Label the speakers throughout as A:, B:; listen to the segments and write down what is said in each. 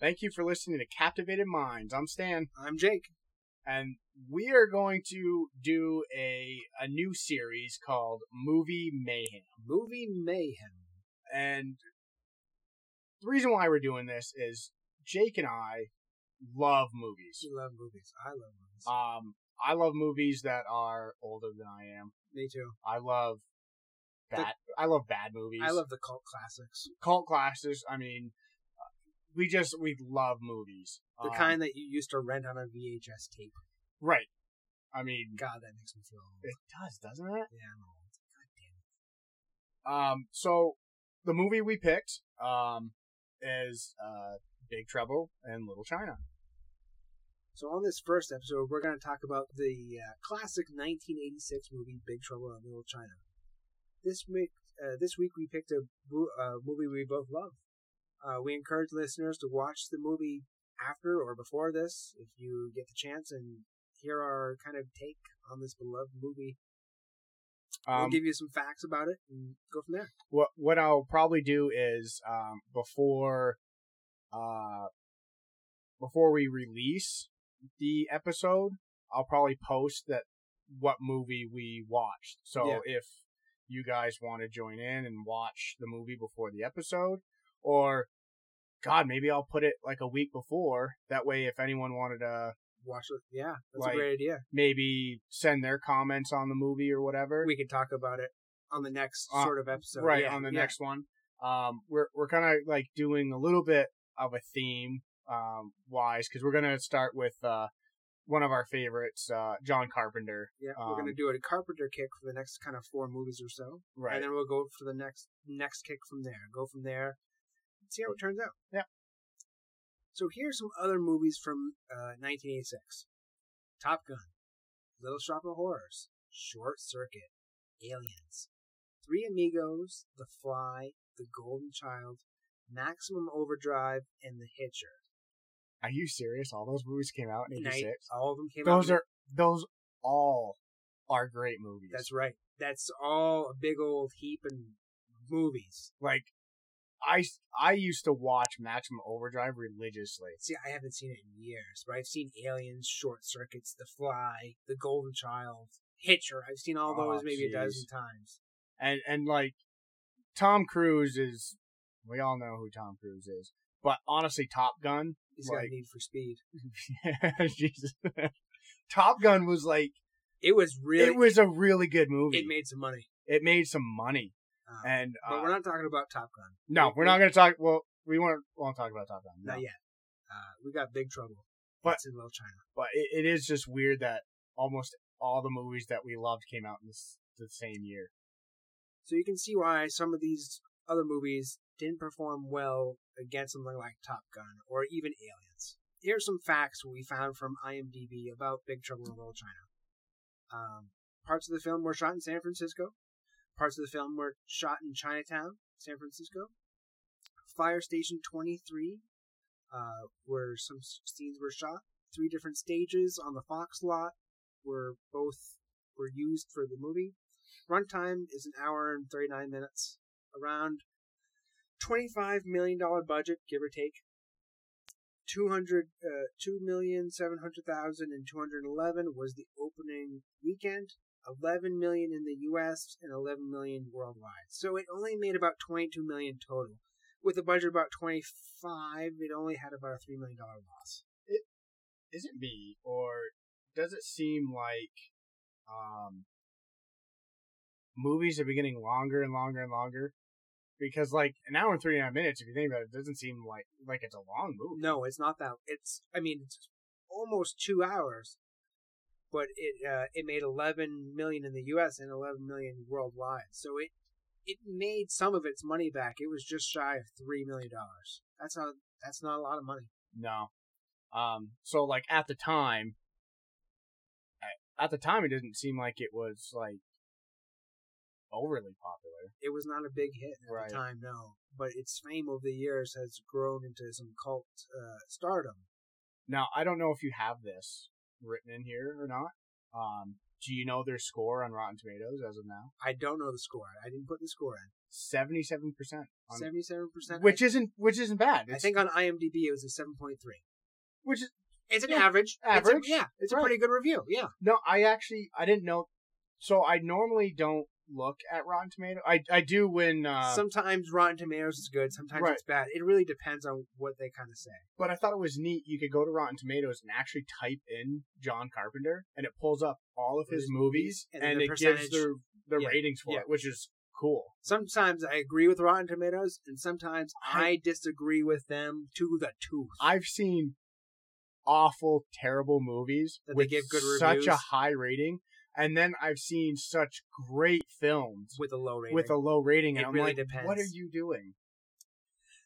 A: Thank you for listening to Captivated Minds. I'm Stan.
B: I'm Jake.
A: and we are going to do a a new series called Movie Mayhem.
B: Movie Mayhem.
A: And the reason why we're doing this is Jake and I love movies.
B: You love movies. I love movies.
A: Um, I love movies that are older than I am.
B: Me too.
A: I love
B: The-
A: bad. I love bad movies.
B: I love the cult classics.
A: cult classics. I mean, we just we love movies.
B: The
A: Um,
B: kind that you used to rent on a VHS tape.
A: right. I mean,
B: God, that makes me feel old.
A: it does, doesn't it?
B: yeah, I'm old. God damn it.
A: Um, so the movie we picked um, is uh, Big Trouble in Little China.
B: So on this first episode, we're going to talk about the uh, classic 1986 movie Big Trouble in Little China. This week, uh, this week we picked a bo- uh, movie we both love. Uh, we encourage listeners to watch the movie after or before this, if you get the chance, and hear our kind of take on this beloved movie. we'll
A: Um,
B: give you some facts about it and go from there.
A: what what I'll probably do is um, before uh, before we release the episode, I'll probably post that what movie we watched. So
B: Yeah.
A: if you guys want to join in and watch the movie before the episode, or God, maybe I'll put it like a week before. That way, if anyone wanted to
B: Watch it. Yeah, that's
A: Like-
B: a great idea.
A: maybe send their comments on the movie or whatever.
B: We can talk about it on the next
A: Uh,
B: sort of episode.
A: right
B: Yeah,
A: on the
B: yeah.
A: next one. Um, we're we're kind of like doing a little bit of a theme um wise because we're gonna start with uh one of our favorites, uh John Carpenter.
B: Yeah, we're
A: Um,
B: gonna do a carpenter kick for the next kind of four movies or so, and then we'll go for the next next kick from there. Go from there, see how it turns out.
A: Yeah.
B: So here's some other movies from uh, 1986: Top Gun, Little Shop of Horrors, Short Circuit, Aliens, Three Amigos, The Fly, The Golden Child, Maximum Overdrive, and The Hitcher.
A: Are you serious? All those movies came out in
B: Night,
A: '86.
B: all of them came out.
A: Those
B: in-
A: are those all are great movies.
B: That's right. That's all a big old heap and movies.
A: like I I used to watch Maximum Overdrive religiously.
B: See, I haven't seen it in years, but I've seen Aliens, Short Circuits, The Fly, The Golden Child, Hitcher. I've seen all
A: Oh,
B: those maybe
A: jeez.
B: a dozen times.
A: and and like Tom Cruise is we all know who Tom Cruise is, but honestly, Top Gun,
B: He's got
A: Like-
B: a need for speed.
A: Jesus, Top Gun was like
B: It was really.
A: it was a really good movie.
B: it made some money.
A: It made some money,
B: Um,
A: and uh,
B: but we're not talking about Top Gun.
A: no, we're not going to talk. Well, we weren't. Won't talk about Top Gun, no.
B: Not yet. Uh, we got Big Trouble.
A: But-
B: It's in Little China.
A: But it, it is just weird that almost all the movies that we loved came out in this the same year.
B: So you can see why some of these other movies didn't perform well against something like Top Gun or even Aliens. Here's some facts we found from IMDb about Big Trouble in Little China. Um, parts of the film were shot in San Francisco. Parts of the film were shot in Chinatown, San Francisco. Fire Station 23, uh, where some s- scenes were shot. Three different stages on the Fox lot were both were used for the movie. Runtime is an hour and 39 minutes. Around $25 million budget, give or take. 200, uh, 2,700,000 and 211 was the opening weekend. 11 million in the US and 11 million worldwide. So it only made about 22 million total. With a budget of about 25, it only had about a $3 million loss.
A: Is it me or does it seem like um movies are been getting longer and longer and longer? Because like an hour and thirty nine minutes, if you think about it, it doesn't seem like like it's a long movie.
B: No, it's not that. It's I mean, it's almost two hours, but it uh, it made eleven million in the U.S. and eleven million worldwide. So it it made some of its money back. It was just shy of three million dollars. That's not that's not a lot of money.
A: No. Um so like at the time at- at the time it didn't seem like it was like overly popular.
B: It was not a big hit at
A: Right.
B: the time, no. But its fame over the years has grown into some cult uh, stardom.
A: Now I don't know if you have this written in here or not. Um do you know their score on Rotten Tomatoes as of now?
B: I don't know the score. I didn't put the score in.
A: seventy-seven percent,
B: Seventy-seven percent.
A: which isn't which isn't bad.
B: I
A: It's-
B: think on IMDb it was a seven point three.
A: which is
B: It's an
A: Yeah,
B: average. It's a-
A: average.
B: yeah, it's
A: Right.
B: a pretty good review. Yeah.
A: no. I actually I didn't know. So I normally don't look at Rotten Tomato. I I do when, uh,
B: sometimes Rotten Tomatoes is good, sometimes
A: Right.
B: it's bad. It really depends on what they kind of say.
A: but I thought it was neat. You could go to Rotten Tomatoes and actually type in John Carpenter, and it pulls up all of his
B: His
A: movies,
B: and
A: and,
B: the
A: it gives
B: percentage.
A: their their
B: Yeah,
A: ratings for
B: yeah.
A: it, which is cool.
B: Sometimes I agree with Rotten Tomatoes, and sometimes I,
A: I-
B: disagree with them to the tooth.
A: I've seen awful, terrible movies
B: That they
A: with
B: give good
A: such a
B: reviews.
A: high rating, and then I've seen such great films
B: with a low rating.
A: with a low rating, and
B: It
A: I'm
B: really
A: like, what are
B: depends.
A: you doing?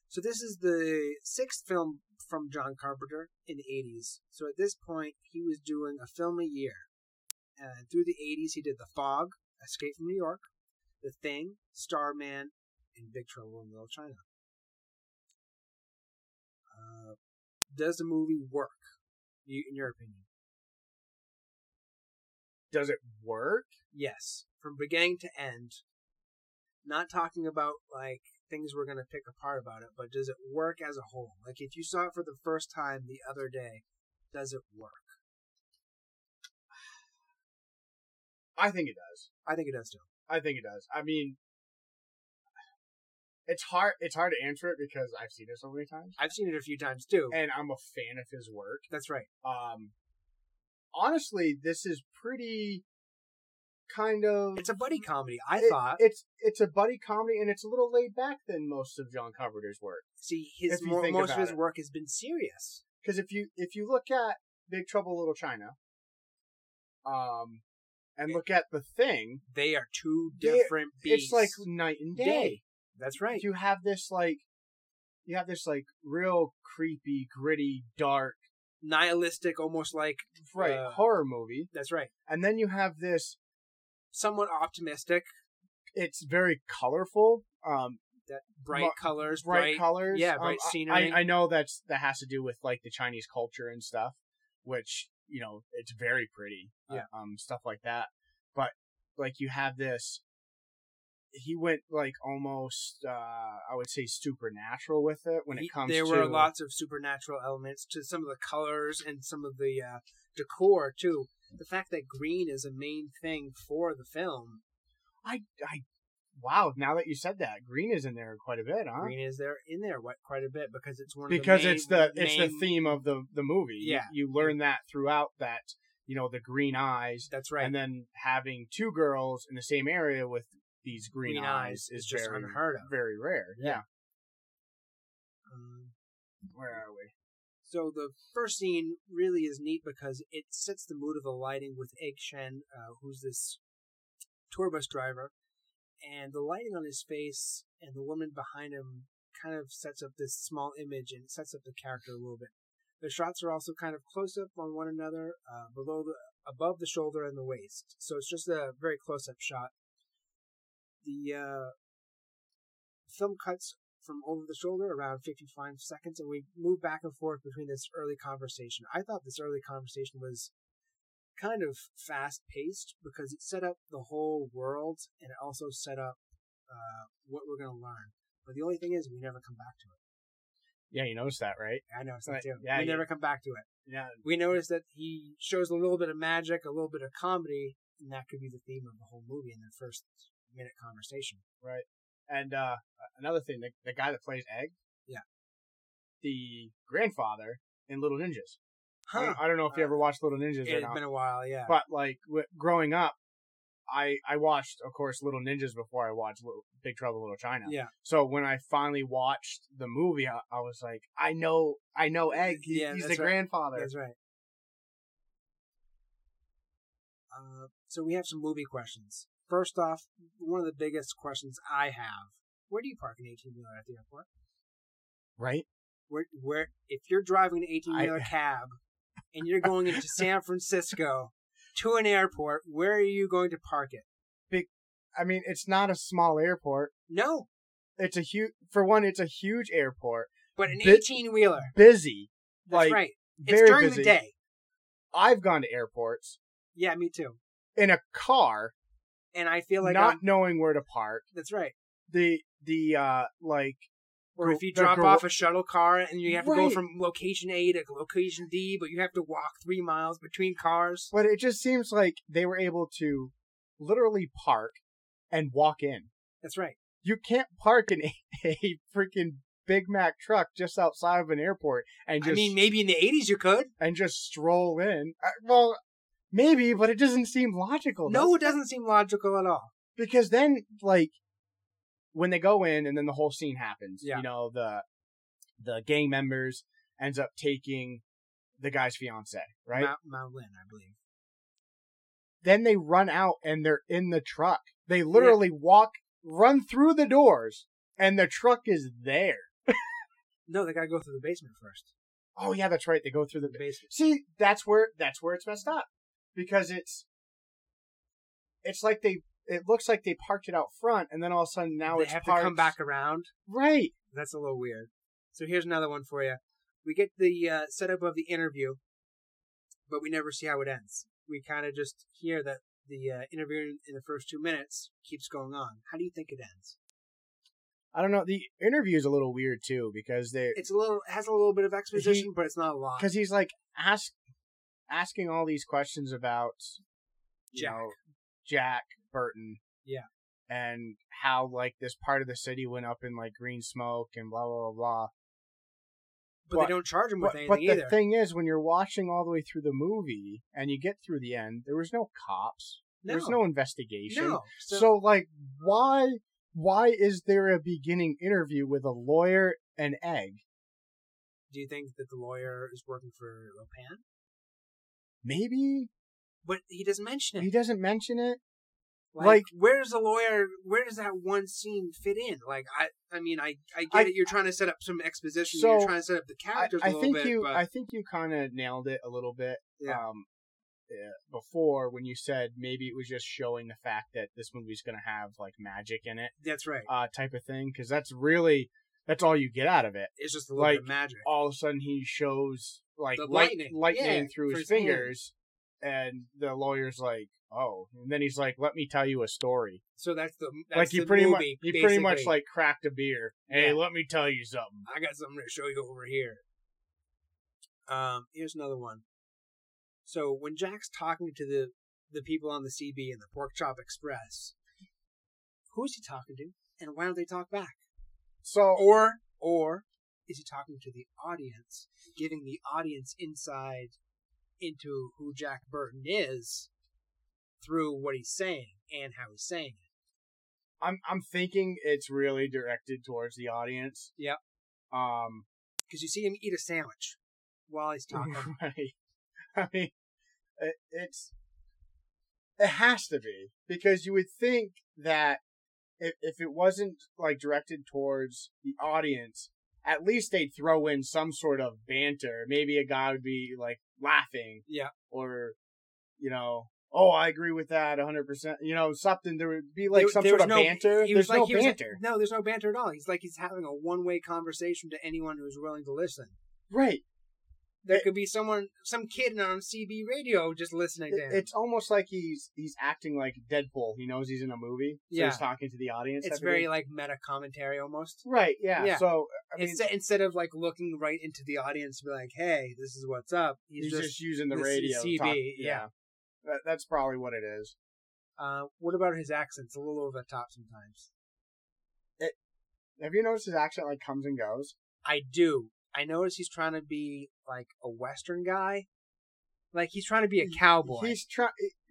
B: so this is the sixth film from John Carpenter in the 80s. So at this point, he was doing a film a year. And through the 80s, he did The Fog, Escape from New York, The Thing, Starman, and Big Trouble in Little China. Uh, does the movie work, you, in your opinion?
A: Does it work?
B: Yes, from beginning to end. Not talking about like things we're gonna pick apart about it, but does it work as a whole? Like if you saw it for the first time the other day, does it work?
A: I think it does.
B: I think it does too.
A: I think it does. I mean, it's hard. It's hard to answer it because I've seen it so many times,
B: I've seen it a few times too.
A: and I'm a fan of his work.
B: That's right.
A: Um, honestly, this is pretty kind of
B: It's a buddy comedy. I
A: it-
B: thought.
A: it's it's a buddy comedy and it's a little laid back than most of John Carpenter's work.
B: See, his
A: if you
B: mo-
A: think
B: most of
A: about
B: his
A: it.
B: work has been serious.
A: Because if you if you look at Big Trouble in Little China, um, and look at the thing,
B: They are two
A: They-
B: different
A: it's
B: beasts.
A: like night and day.
B: Day. that's right.
A: You have this like you have this like real creepy, gritty, dark,
B: Nihilistic, almost like
A: right
B: Uh,
A: horror movie,
B: that's right.
A: and then you have this.
B: Somewhat optimistic,
A: It's very colorful. Um,
B: that bright
A: Mo-
B: colors,
A: bright,
B: bright,
A: colors.
B: yeah,
A: um,
B: bright
A: I-
B: scenery.
A: I, I know that's that has to do with like the Chinese culture and stuff, which you know it's very pretty. uh,
B: Yeah.
A: um, stuff like that. But like you have this. He went like almost, uh, I would say, supernatural with it when it
B: He-
A: comes.
B: there
A: to, uh,
B: were lots of supernatural elements to some of the colors and some of the uh, decor too the fact that green is a main thing for the film
A: I, I, wow! Now that you said that, green is in there quite a bit, huh?
B: green is there in there wh- quite a bit because it's one of
A: because
B: the main,
A: it's the it's the
B: main-
A: theme of the the movie. You-
B: Yeah.
A: you learn that throughout that you know the green eyes
B: that's right
A: and then having two girls in the same area with these green,
B: Green
A: eyes,
B: eyes
A: is
B: is just
A: very,
B: unheard of.
A: very rare. Yeah.
B: Um,
A: Where are we?
B: so the first scene really is neat because it sets the mood of the lighting with Egg Shen, uh, who's this tour bus driver, and the lighting on his face and the woman behind him kind of sets up this small image and sets up the character a little bit. The shots are also kind of close up on one another, uh, below the above the shoulder and the waist, so it's just a very close up shot. The uh, film cuts from over the shoulder around 55 seconds and we move back and forth between this early conversation i thought this early conversation was kind of fast paced because it set up the whole world and it also set up uh, what we're going to learn but the only thing is we never come back to it
A: Yeah, you noticed that, right?
B: i know it's
A: Right.
B: not too
A: Yeah, yeah.
B: we never come back to it
A: Yeah.
B: we notice that he shows a little bit of magic a little bit of comedy and that could be the theme of the whole movie in the first minute conversation
A: And uh another thing, the, the guy that plays Egg,
B: Yeah.
A: the grandfather in Little Ninjas. I,
B: huh Uh,
A: don't, I don't know if you ever watched Little Ninjas or
B: it's
A: not,
B: been a while yeah
A: but like w- growing up, I I watched, of course, Little Ninjas before I watched Little, Big Trouble in Little China.
B: yeah
A: So when I finally watched the movie, I, I was like, I know, I know Egg. He-
B: Yeah,
A: he's the
B: that's right.
A: grandfather.
B: That's right. Uh, so we have some movie questions. First off, one of the biggest questions I have: Where do you park an eighteen wheeler at the airport?
A: Right?
B: Where, where, if you're driving an eighteen wheeler
A: I-
B: cab and you're going into San Francisco to an airport, where are you going to park it?
A: I mean, it's not a small airport.
B: No,
A: It's a huge, for one, it's a huge airport.
B: but an
A: Bit-
B: eighteen wheeler.
A: Busy.
B: That's
A: like,
B: right. It's
A: Very
B: during
A: busy.
B: the day.
A: I've gone to airports
B: Yeah, me too.
A: in a car,
B: And I feel like um
A: not
B: I'm,
A: knowing where to park.
B: that's right.
A: the the uh like
B: Or if you
A: The
B: drop
A: gar-
B: off a shuttle car and you have to go
A: Right.
B: from location A to location D, but you have to walk three miles between cars.
A: but it just seems like they were able to literally park and walk in.
B: That's right.
A: You can't park in a, a freaking Big Mac truck just outside of an airport and just
B: I mean, maybe in the '80s you could.
A: and just stroll in. Uh, Well, maybe, but it doesn't seem logical.
B: no,
A: That's-
B: it doesn't seem logical at all.
A: because then like when they go in and then the whole scene happens
B: Yeah.
A: you know the the gang members ends up taking the guy's fiance right
B: Mount, Mount Lynn, I believe.
A: then they run out and they're in the truck they literally walk run through the doors and the truck is there
B: No, they gotta go through the basement first.
A: oh yeah that's right they go through the
B: The basement.
A: see that's where that's where it's messed up because it's it's like they it looks like they parked it out front and then all of a sudden now
B: they
A: it's
B: have to
A: parked
B: come back around.
A: right
B: That's a little weird. So here's another one for you. We get the uh, setup of the interview, but we never see how it ends. We kind of just hear that the uh, interview in- in the first two minutes keeps going on. How do you think it ends?
A: I don't know. The interview is a little weird too because they
B: It's a little it has a little bit of exposition, but it's not a lot.
A: because he's like ask asking all these questions about you
B: Jack.
A: know Jack Burton
B: Yeah.
A: and how like this part of the city went up in like green smoke and blah blah blah blah.
B: But
A: but-
B: they don't charge him with
A: But,
B: anything
A: but the
B: either.
A: thing is, when you're watching all the way through the movie and you get through the end, there was no cops. There was no investigation.
B: no.
A: So, like, why why is there a beginning interview with a lawyer and egg?
B: do you think that the lawyer is working for Lopan?
A: Maybe
B: But he doesn't mention it.
A: he doesn't mention it.
B: Like,
A: Like-
B: where does the lawyer? Where does that one scene fit in? Like, I, I mean, I, I get
A: I-
B: it. You're trying to set up some exposition.
A: So,
B: you're trying to set up the
A: I,
B: characters a
A: I
B: little
A: think
B: bit.
A: you
B: but
A: I think you kind of nailed it a little bit
B: Yeah.
A: um uh, before when you said maybe it was just showing the fact that this movie's going to have like magic in it
B: that's right.
A: uh type of thing cuz that's really that's all you get out of it.
B: It's just a little bit of
A: like, uh,
B: magic.
A: All of a sudden he shows like
B: The
A: light,
B: lightning.
A: lightning,
B: Yeah,
A: through
B: for
A: his
B: his hand.
A: fingers and the lawyer's like, "Oh." And then he's like, "Let me tell you a story."
B: So that's the that's
A: like he
B: the
A: pretty much
B: movie,
A: he pretty much
B: basically.
A: like cracked a beer. Hey,
B: Yeah.
A: let me tell you something.
B: I got something to show you over here. Um, here's another one. So when Jack's talking to the the people on the CB and the Pork Chop Express, who is he talking to, and why don't they talk back?
A: So
B: Or or is he talking to the audience, giving the audience inside into who Jack Burton is through what he's saying and how he's saying it?
A: I'm I'm thinking it's really directed towards the audience.
B: Yep.
A: Um.
B: Because you see him eat a sandwich while he's talking.
A: right. I mean, it, it's it has to be because you would think that if if it wasn't like directed towards the audience, at least they'd throw in some sort of banter. Maybe a guy would be like laughing.
B: Yeah.
A: Or, you know. Oh, I agree with that 100%. You know, something, there would be like
B: There-
A: some
B: there
A: sort
B: was
A: of
B: no-
A: banter.
B: he
A: There's
B: was like-
A: no
B: he was like-
A: banter.
B: no, there's no banter at all. He's like he's having a one way conversation to anyone who's willing to listen.
A: right.
B: There
A: It-
B: could be someone, some kid on CB radio just listening to
A: It-
B: him.
A: it's almost like he's he's acting like Deadpool. He knows he's in a movie, so
B: Yeah.
A: he's talking to the audience.
B: It's
A: type of thing.
B: very like meta commentary almost.
A: right, yeah.
B: Yeah.
A: So I mean,
B: instead, instead of like looking right into the audience and be like, "Hey, this is what's up," he's,
A: he's, just,
B: just.
A: using the
B: the
A: radio.
B: CB,
A: talk-
B: yeah.
A: That, that's probably what it is.
B: uh, what about his accent? It's a little over the top sometimes.
A: Have you noticed his accent like comes and goes?
B: I do. I notice he's trying to be like a Western guy, like he's trying to be a cowboy,
A: He's trying,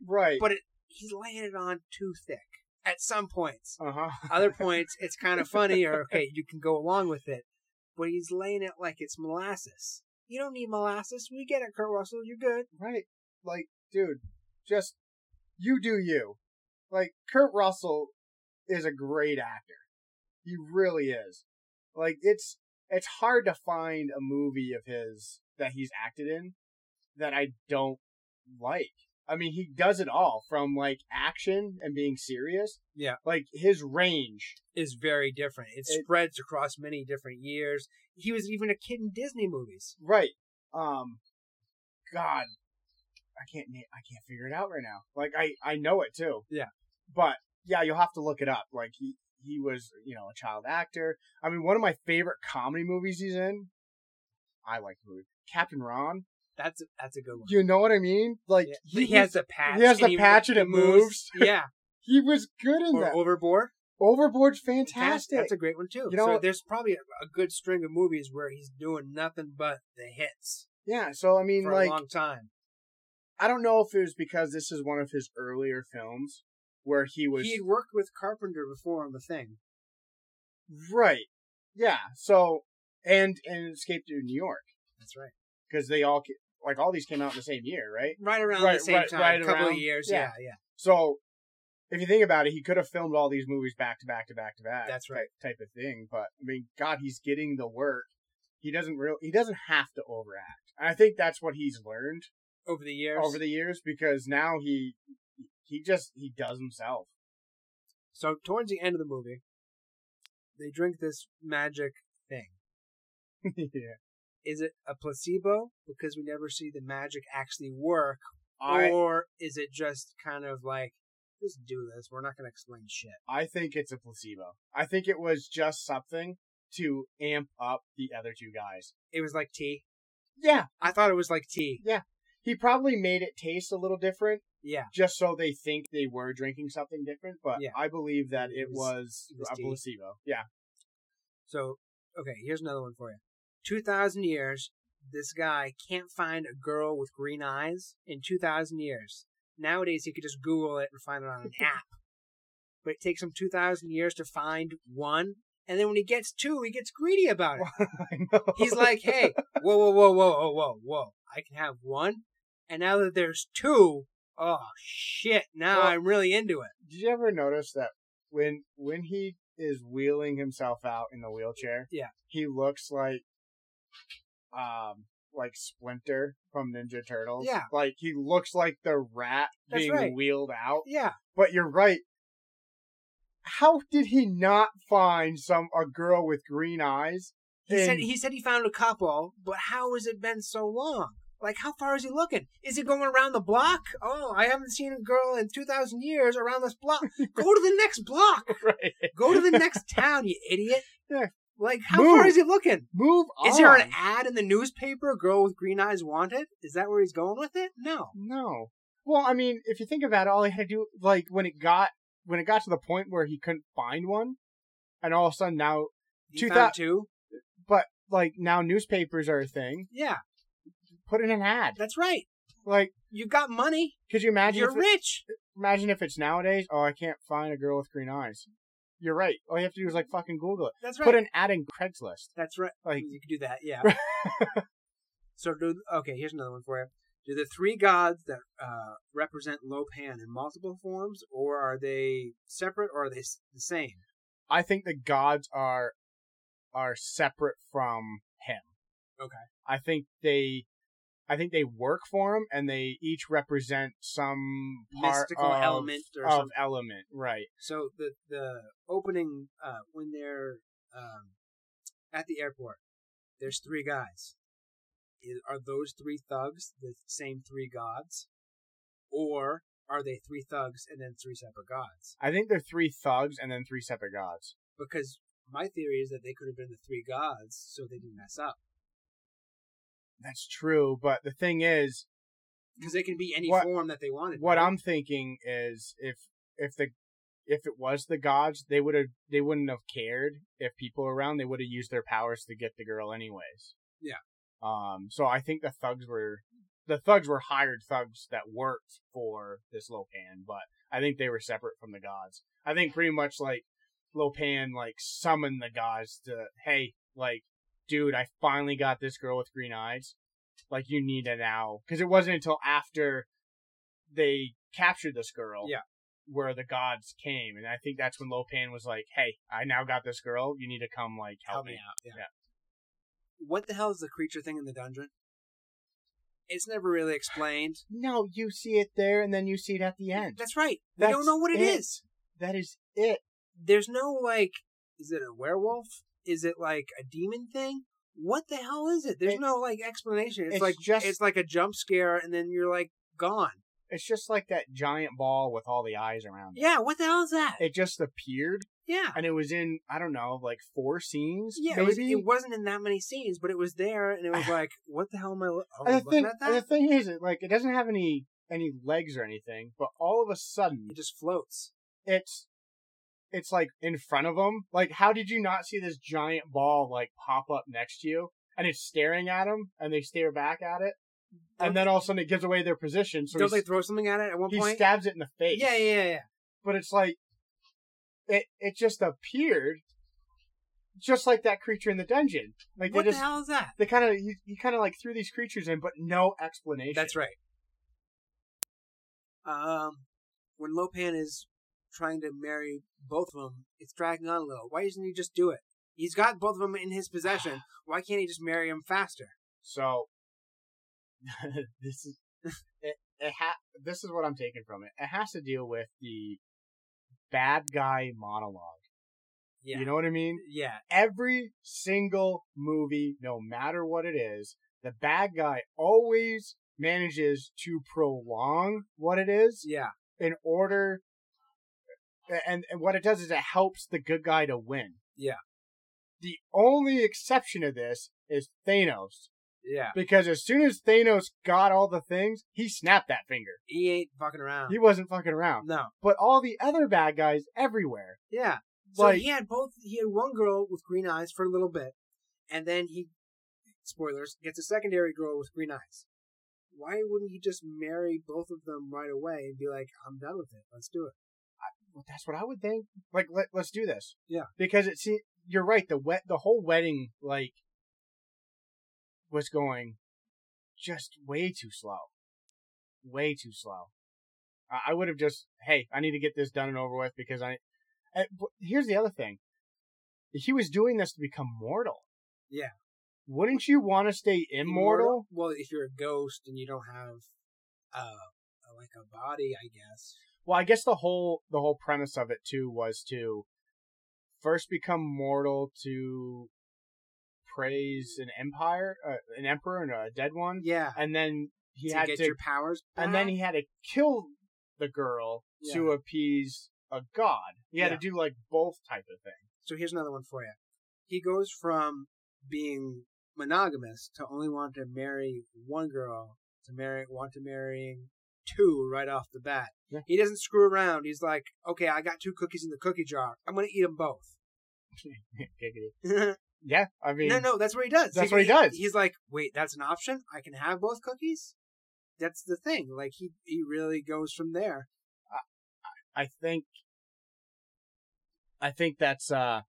A: right?
B: Oh, but it, he's laying it on too thick at some points.
A: uh huh.
B: Other points, it's kind of funny, or okay, you can go along with it, but he's laying it like it's molasses. You don't need molasses. We get it, Kurt Russell. You're good.
A: right, like dude, just you do you. Like Kurt Russell is a great actor. He really is. Like it's it's hard to find a movie of his that he's acted in that I don't like. I mean, he does it all from like action and being serious.
B: Yeah.
A: Like his range.
B: is very different. It,
A: It-
B: spreads across many different years. He was even a kid in Disney movies.
A: Right. Um God. I can't na- I can't figure it out right now. Like I I know it too.
B: Yeah.
A: But yeah, you'll have to look it up. Like he he was, you know, a child actor. I mean, one of my favorite comedy movies he's in. I like the movie Captain Ron.
B: That's a, that's a good one.
A: You know what I mean? Like
B: Yeah.
A: he,
B: He, has the patch.
A: he has the patch
B: mo-
A: and it moves.
B: Yeah,
A: he was good in
B: or
A: that.
B: overboard.
A: Overboard's fantastic.
B: That's a great one too.
A: You know-
B: so there's probably a, a good string of movies where he's doing nothing but the hits
A: yeah. So I mean,
B: for
A: like
B: a long time.
A: I don't know if it was because this is one of his earlier films where he was
B: He had worked with Carpenter before on The Thing.
A: right. Yeah. So and and Escape to New York
B: That's right.
A: because they all ca- like all these came out in the same year, right?
B: Right around
A: Right,
B: the same
A: right,
B: time,
A: right
B: a couple
A: around.
B: of years.
A: Yeah.
B: Yeah, yeah.
A: So if you think about it, he could have filmed all these movies back to back to back to back.
B: That's right.
A: Type, type of thing. But I mean, God, he's getting the work. He doesn't real. He doesn't have to overact. And I think that's what he's learned
B: Over the years.
A: over the years because now he he just he does himself.
B: so towards the end of the movie, they drink this magic thing.
A: yeah.
B: Is it a placebo because we never see the magic actually work,
A: I
B: or is it just kind of like just do this? We're not going to explain shit.
A: I think it's a placebo. I think it was just something to amp up the other two guys.
B: It was like tea.
A: Yeah,
B: I thought it was like tea.
A: he probably made it taste a little different.
B: Yeah.
A: just so they think they were drinking something different. But
B: Yeah.
A: I believe that it
B: It
A: was,
B: was- it was
A: a
B: tea.
A: placebo. Yeah,
B: So, okay, here's another one for you. 2,000 years, this guy can't find a girl with green eyes in 2,000 years. Nowadays, he could just Google it and find it on an app. But it takes him 2,000 years to find one. And then when he gets two, he gets greedy about it.
A: I know.
B: He's like, hey, whoa, whoa, whoa, whoa, whoa, whoa, whoa. I can have one. And now that there's two, oh, shit. Now
A: Well-
B: I'm really into it.
A: Did you ever notice that when when he is wheeling himself out in the wheelchair?
B: Yeah.
A: he looks like um like Splinter from Ninja Turtles.
B: Yeah.
A: like he looks like the rat
B: That's
A: being
B: right.
A: wheeled out.
B: Yeah.
A: But you're right. How did he not find some a girl with green eyes?
B: He said
A: in-
B: he said he found a couple, but how has it been so long? Like how far is he looking? Is he going around the block? Oh, I haven't seen a girl in two thousand years around this block. Go to the next block.
A: right.
B: Go to the next town, you idiot.
A: Yeah.
B: Like how
A: Move. Oh.
B: far is he looking?
A: Move on.
B: Is there an ad in the newspaper? Girl with green eyes wanted. Is that where he's going with it? No.
A: No. Well, I mean, if you think about it, all he had to do, like when it got when it got to the point where he couldn't find one, and all of a sudden now,
B: He
A: Two
B: found
A: thou-
B: two.
A: but like now newspapers are a thing.
B: Yeah,
A: Put in an ad.
B: that's right.
A: Like,
B: You got money.
A: could you imagine?
B: You're
A: If it-
B: rich.
A: imagine if it's nowadays. Oh, I can't find a girl with green eyes. You're right. All you have to do is like fucking Google it.
B: That's
A: Put
B: right.
A: an ad in Craigslist.
B: That's right.
A: Like,
B: you can do that, yeah. so do okay. Here's another one for you. Do the three gods that uh, represent Lopan in multiple forms, or are they separate, or are they s- the same?
A: I think the gods are are separate from him.
B: Okay.
A: I think they I think they work for him and they each represent some part
B: Mystical
A: of-
B: element or
A: of
B: something.
A: element, right.
B: So the the opening uh, when they're um, at the airport, there's three guys. Is, are those three thugs the same three gods, or are they three thugs and then three separate gods?
A: I think they're three thugs and then three separate gods.
B: Because my theory is that they could have been the three gods, so they didn't mess up.
A: That's true, but the thing is
B: because they can be any
A: What-
B: form that they wanted.
A: what
B: right?
A: I'm thinking is if if the if it was the gods, they would have they wouldn't have cared if people were around. They would have used their powers to get the girl anyways.
B: Yeah.
A: Um. So I think the thugs were the thugs were hired thugs that worked for this Lopan, but I think they were separate from the gods. I think pretty much like Lopan like summoned the gods to hey like dude I finally got this girl with green eyes like you need it now because it wasn't until after they captured this girl.
B: Yeah.
A: Where the gods came, and I think that's when Lopan was like, "Hey, I now got this girl. You need to come, like, help, me."
B: out. Yeah.
A: Yeah.
B: What the hell is the creature thing in the dungeon? It's never really explained.
A: No, you see it there, and then you see it at the end.
B: That's right. we
A: That's
B: don't know what
A: it.
B: it is.
A: That is it.
B: There's no like. Is it a werewolf? Is it like a demon thing? What the hell is it? There's
A: It-
B: no like explanation. It's,
A: it's
B: like
A: just-
B: it's like a jump scare, and then you're like gone.
A: It's just like that giant ball with all the eyes around it.
B: Yeah. What the hell is that?
A: It just appeared,
B: Yeah.
A: and it was in I don't know, like four scenes.
B: Yeah, it, was,
A: maybe.
B: it wasn't in that many scenes, but it was there, and it was like, what the hell am I lo- oh,
A: and the
B: looking
A: thing,
B: at
A: and the
B: that?
A: thing is, it, like it doesn't have any any legs or anything, but all of a sudden,
B: It just floats.
A: it's it's like in front of him. Like, how did you not see this giant ball like pop up next to you? And it's staring at him, and they stare back at it, and then all of a sudden it gives away their position. So
B: Don't
A: he,
B: they throw something at it at one
A: he
B: point?
A: stabs it in the face.
B: Yeah, yeah, yeah.
A: But it's like it it just appeared, just like that creature in the dungeon. Like
B: what
A: they just
B: the hell is that?
A: they kind of he, he kind of like threw these creatures in, but no explanation.
B: That's right. Um, when Lopan is trying to marry both of them, it's dragging on a little. Why doesn't he just do it? He's got both of them in his possession. Why can't he just marry him faster?
A: So this is it. It ha- This is what I'm taking from it. It has to deal with the bad guy monologue.
B: Yeah.
A: You know what I mean?
B: yeah.
A: Every single movie, no matter what it is, the bad guy always manages to prolong what it is
B: Yeah.
A: in order. And, and what it does is it helps the good guy to win.
B: Yeah.
A: The only exception to this is Thanos.
B: Yeah.
A: Because as soon as Thanos got all the things, he snapped that finger.
B: He ain't fucking around.
A: He wasn't fucking around.
B: no.
A: But all the other bad guys everywhere.
B: Yeah. So
A: Like-
B: he had both. He had one girl with green eyes for a little bit, and then he, spoilers, gets a secondary girl with green eyes. Why wouldn't he just marry both of them right away and be like, "I'm done with it. Let's do it."
A: Well, that's what I would think. Like, let, let's do this.
B: Yeah.
A: Because it see, you're right. The wet, the whole wedding, like, was going just way too slow. Way too slow. I, I would have just, hey, I need to get this done and over with because I. eh, but here's the other thing. He was doing this to become mortal.
B: Yeah.
A: Wouldn't you want to stay immortal?
B: Well, if you're a ghost and you don't have, uh, like a body, I guess.
A: well i guess the whole the whole premise of it too was to first become mortal to praise an empire uh, an emperor and a dead one
B: Yeah.
A: and then he
B: to
A: had
B: get
A: to
B: your powers.
A: and then
B: back.
A: he had to kill the girl to
B: Yeah.
A: appease a god he had
B: Yeah.
A: to do like both type of thing
B: So here's another one for you. He goes from being monogamous to only want to marry one girl to marry want to marrying two right off the bat.
A: Yeah.
B: He doesn't screw around. He's like, okay, I got two cookies in the cookie jar. I'm gonna eat them both.
A: Giggity.
B: no,
A: yeah i mean
B: no, that's what he does.
A: that's what he does.
B: He's like, wait, that's an option. I can have both cookies. That's the thing. Like he he really goes from there.
A: i think i think that's uh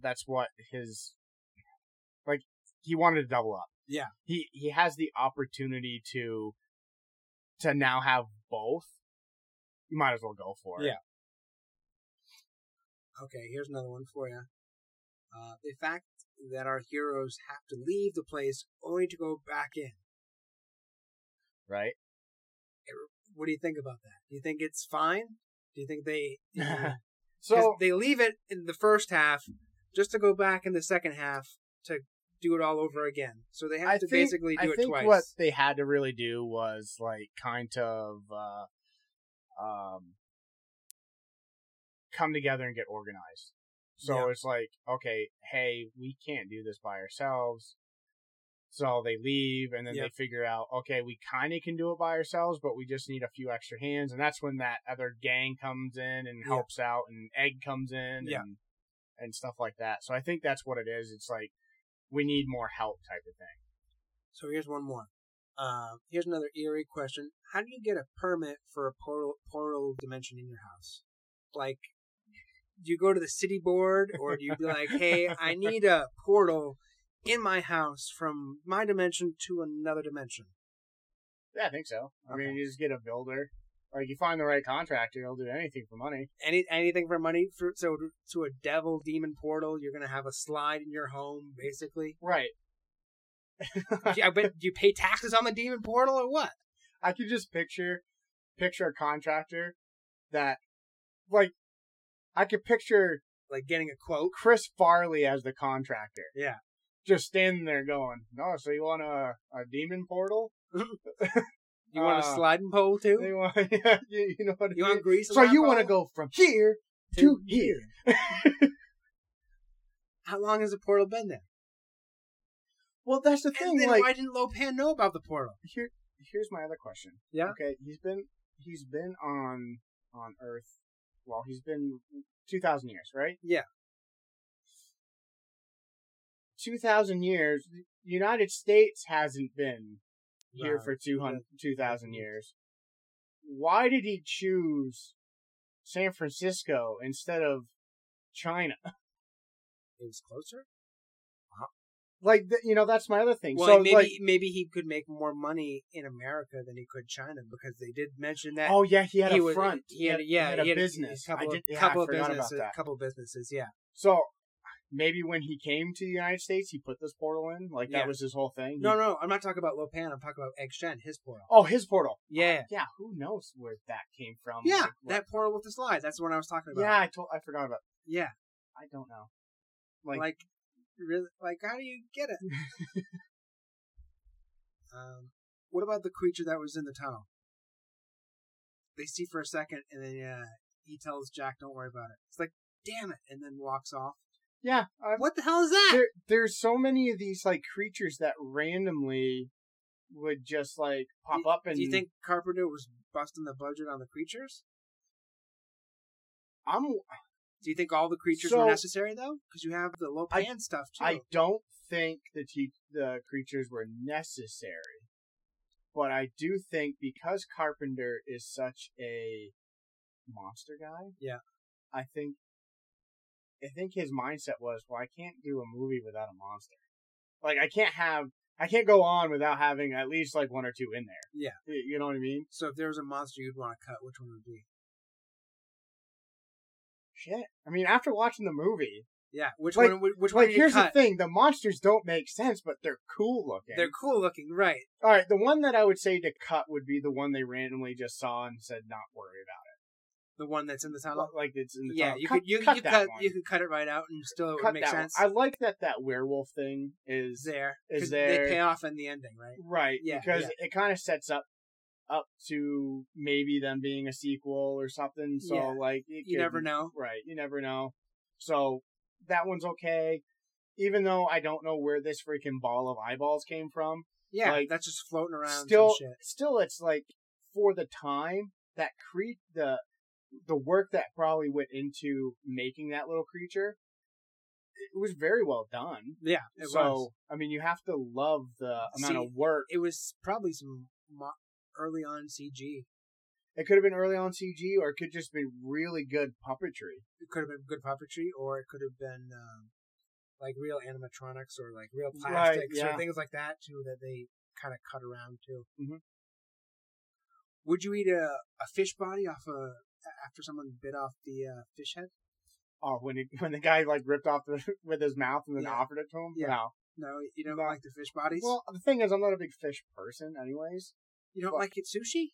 A: that's what his like he wanted to double up
B: Yeah.
A: he he has the opportunity to to now have both. You might as well go for it.
B: Yeah. Okay, here's another one for you. Uh, the fact that our heroes have to leave the place only to go back in.
A: Right.
B: What do you think about that? Do you think it's fine? Do you think they? Because
A: So
B: they leave it in the first half just to go back in the second half to do it all over again. So they have
A: I
B: to
A: think,
B: basically
A: I
B: do it
A: think
B: twice.
A: what they had to really do was like kind of uh, um come together and get organized. So
B: Yeah.
A: it's like, okay, hey, we can't do this by ourselves. So they leave and then
B: Yeah.
A: they figure out, okay, we kind of can do it by ourselves, but we just need a few extra hands. And that's when that other gang comes in and
B: Yeah.
A: helps out and Egg comes in
B: Yeah.
A: and, and stuff like that. So I think that's what it is. It's like, we need more help type of thing.
B: So here's one more. Uh, here's another eerie question: How do you get a permit for a portal portal dimension in your house? Like, do you go to the city board, or do you be like, "Hey, I need a portal in my house from my dimension to another dimension"?
A: Yeah, I think so. I mean,
B: Okay.
A: you just get a builder. Like, you find the right contractor, he'll do anything for money.
B: Any anything for money? For, so to a devil demon portal, you're gonna have a slide in your home, basically.
A: Right.
B: I bet do you pay taxes on the demon portal or what?
A: I could just picture, picture a contractor that, like, I could picture
B: Like getting a quote.
A: Chris Farley as the contractor.
B: Yeah.
A: Just standing there going, oh, so you want a, a demon portal?
B: You want a
A: Uh,
B: sliding pole too?
A: You, want, yeah, you, you know what I
B: You want
A: mean?
B: grease?
A: So
B: around
A: you want to
B: portal?
A: go from here to here.
B: How long has the portal been there?
A: Well, that's the thing.
B: And then
A: like,
B: why didn't Lopan know about the portal?
A: here, here's my other question.
B: Yeah.
A: Okay, he's been he's been on on Earth. Well, he's been two thousand years, right?
B: Yeah.
A: Two thousand years. The United States hasn't been here
B: Right.
A: for 200 2,000 years. Why did he choose San Francisco instead of China?
B: It was closer.
A: Like, th- you know, that's my other thing.
B: Well,
A: so
B: and maybe
A: like,
B: maybe he could make more money in America than he could China because they did mention that.
A: oh yeah, he had
B: he
A: a
B: was-
A: front.
B: He had, yeah,
A: he had a business.
B: A couple,
A: I
B: of-
A: did, yeah,
B: couple
A: I
B: of
A: forgot about
B: businesses.
A: that.
B: couple of businesses. Yeah.
A: So maybe when he came to the United States, he put this portal in. Like that
B: Yeah.
A: was his whole thing.
B: No,
A: He-
B: no, I'm not talking about Lopan. I'm talking about Egg Shen, his portal.
A: Oh, his portal.
B: Yeah.
A: Yeah. Who knows where that came from?
B: yeah,
A: like, what-
B: that portal with the slide. That's the one I was talking about.
A: Oh yeah. I told. I forgot about.
B: Yeah.
A: I don't know.
B: Like,
A: Like,
B: really? Like, how do you get it? um, what about the creature that was in the tunnel? They see for a second, and then uh, he tells Jack, "Don't worry about it." It's like, "Damn it!" and then walks off.
A: yeah. I,
B: What the hell is that?
A: there, there's so many of these like creatures that randomly would just like pop up and
B: Do you think Carpenter was busting the budget on the creatures?
A: I'm
B: Do you think all the creatures
A: So-
B: were necessary though? Because you have the
A: I-
B: Lopan stuff too.
A: I don't think the te- the creatures were necessary, but I do think because Carpenter is such a monster guy,
B: Yeah.
A: I think I think his mindset was, well, I can't do a movie without a monster. Like I can't have I can't go on without having at least like one or two in there.
B: Yeah.
A: Y- you know what I mean?
B: so if there was a monster you'd want to cut, which one would it be?
A: Shit. I mean, after watching the movie,
B: Yeah, which
A: Like-
B: one? would- Which one?
A: like
B: would you
A: here's
B: cut?
A: the thing: the monsters don't make sense, but they're cool looking.
B: They're cool looking, right?
A: All right, the one that I would say to cut would be the one they randomly just saw and said not worry about
B: The one that's in the
A: it.
B: tunnel.
A: Like it's in the
B: Uh-huh. yeah,
A: tunnel.
B: you
A: cut,
B: could you,
A: cut
B: you
A: that
B: cut
A: one.
B: you could cut it right out and still it
A: Cut
B: would make
A: that
B: sense.
A: One. I like that that werewolf thing
B: Is
A: is
B: there
A: is
B: 'Cause
A: there-
B: they pay off in the ending, right?
A: right
B: Yeah,
A: because it kind of sets up up to maybe them being a sequel or something. So
B: Yeah.
A: like it
B: You
A: could-
B: never know.
A: Right, you never know. So that one's okay. Even though I don't know where this freaking ball of eyeballs came from,
B: Yeah,
A: Like,
B: that's just floating around.
A: still
B: some shit.
A: still it's like for the time that cre- the the work that probably went into making that little creature it was very well done
B: Yeah, it
A: so
B: was.
A: i mean you have to love the amount
B: See-
A: of work
B: It was probably some mo- early on CG.
A: it could have been early on cg or it could just been really good puppetry
B: It could have been good puppetry, or it could have been um, like real animatronics, or like real
A: Right,
B: plastics,
A: yeah.
B: or things like that too that they kind of cut around too.
A: Mhm.
B: Would you eat a, a fish body off a after someone bit off the uh, fish head?
A: oh when it, when the guy like ripped off the, with his mouth and then
B: Yeah.
A: offered it to him
B: Yeah.
A: No.
B: No, you don't
A: No.
B: like the fish bodies.
A: well the thing is i'm not a big fish person anyways
B: you don't
A: well-
B: like it sushi.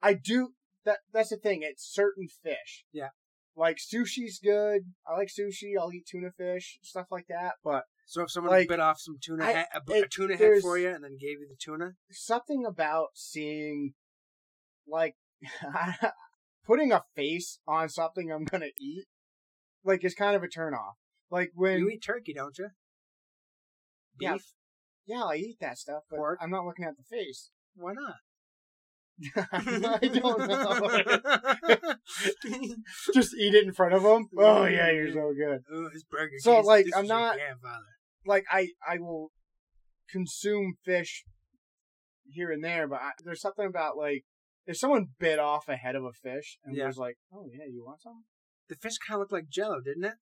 A: I do that. That's the thing. It's certain fish.
B: Yeah.
A: Like sushi's good. I like sushi. I'll eat tuna fish, stuff like that. But
B: So if someone
A: Like,
B: bit off some tuna,
A: I-
B: head, a, bu-
A: it-
B: a tuna head
A: there's-
B: for you, and then gave you the tuna,
A: something about seeing, like, putting a face on something I'm gonna eat, like, is kind of a turn off. Like when
B: you eat turkey, don't you? Beef?
A: Yeah. yeah, I eat that stuff, but
B: Pork?
A: I'm not looking at the face.
B: Why not?
A: I don't know. Just eat it in front of them. Oh yeah, you're so good.
B: Ooh, it's Burger
A: So,
B: King's-
A: like,
B: this
A: I'm
B: is your
A: not-
B: grandfather.
A: like I I will consume fish here and there, but I, there's something about like if someone bit off a head of a fish and
B: Yeah.
A: was like, "Oh yeah, you want some?"
B: The fish kind of looked like Jello, didn't it?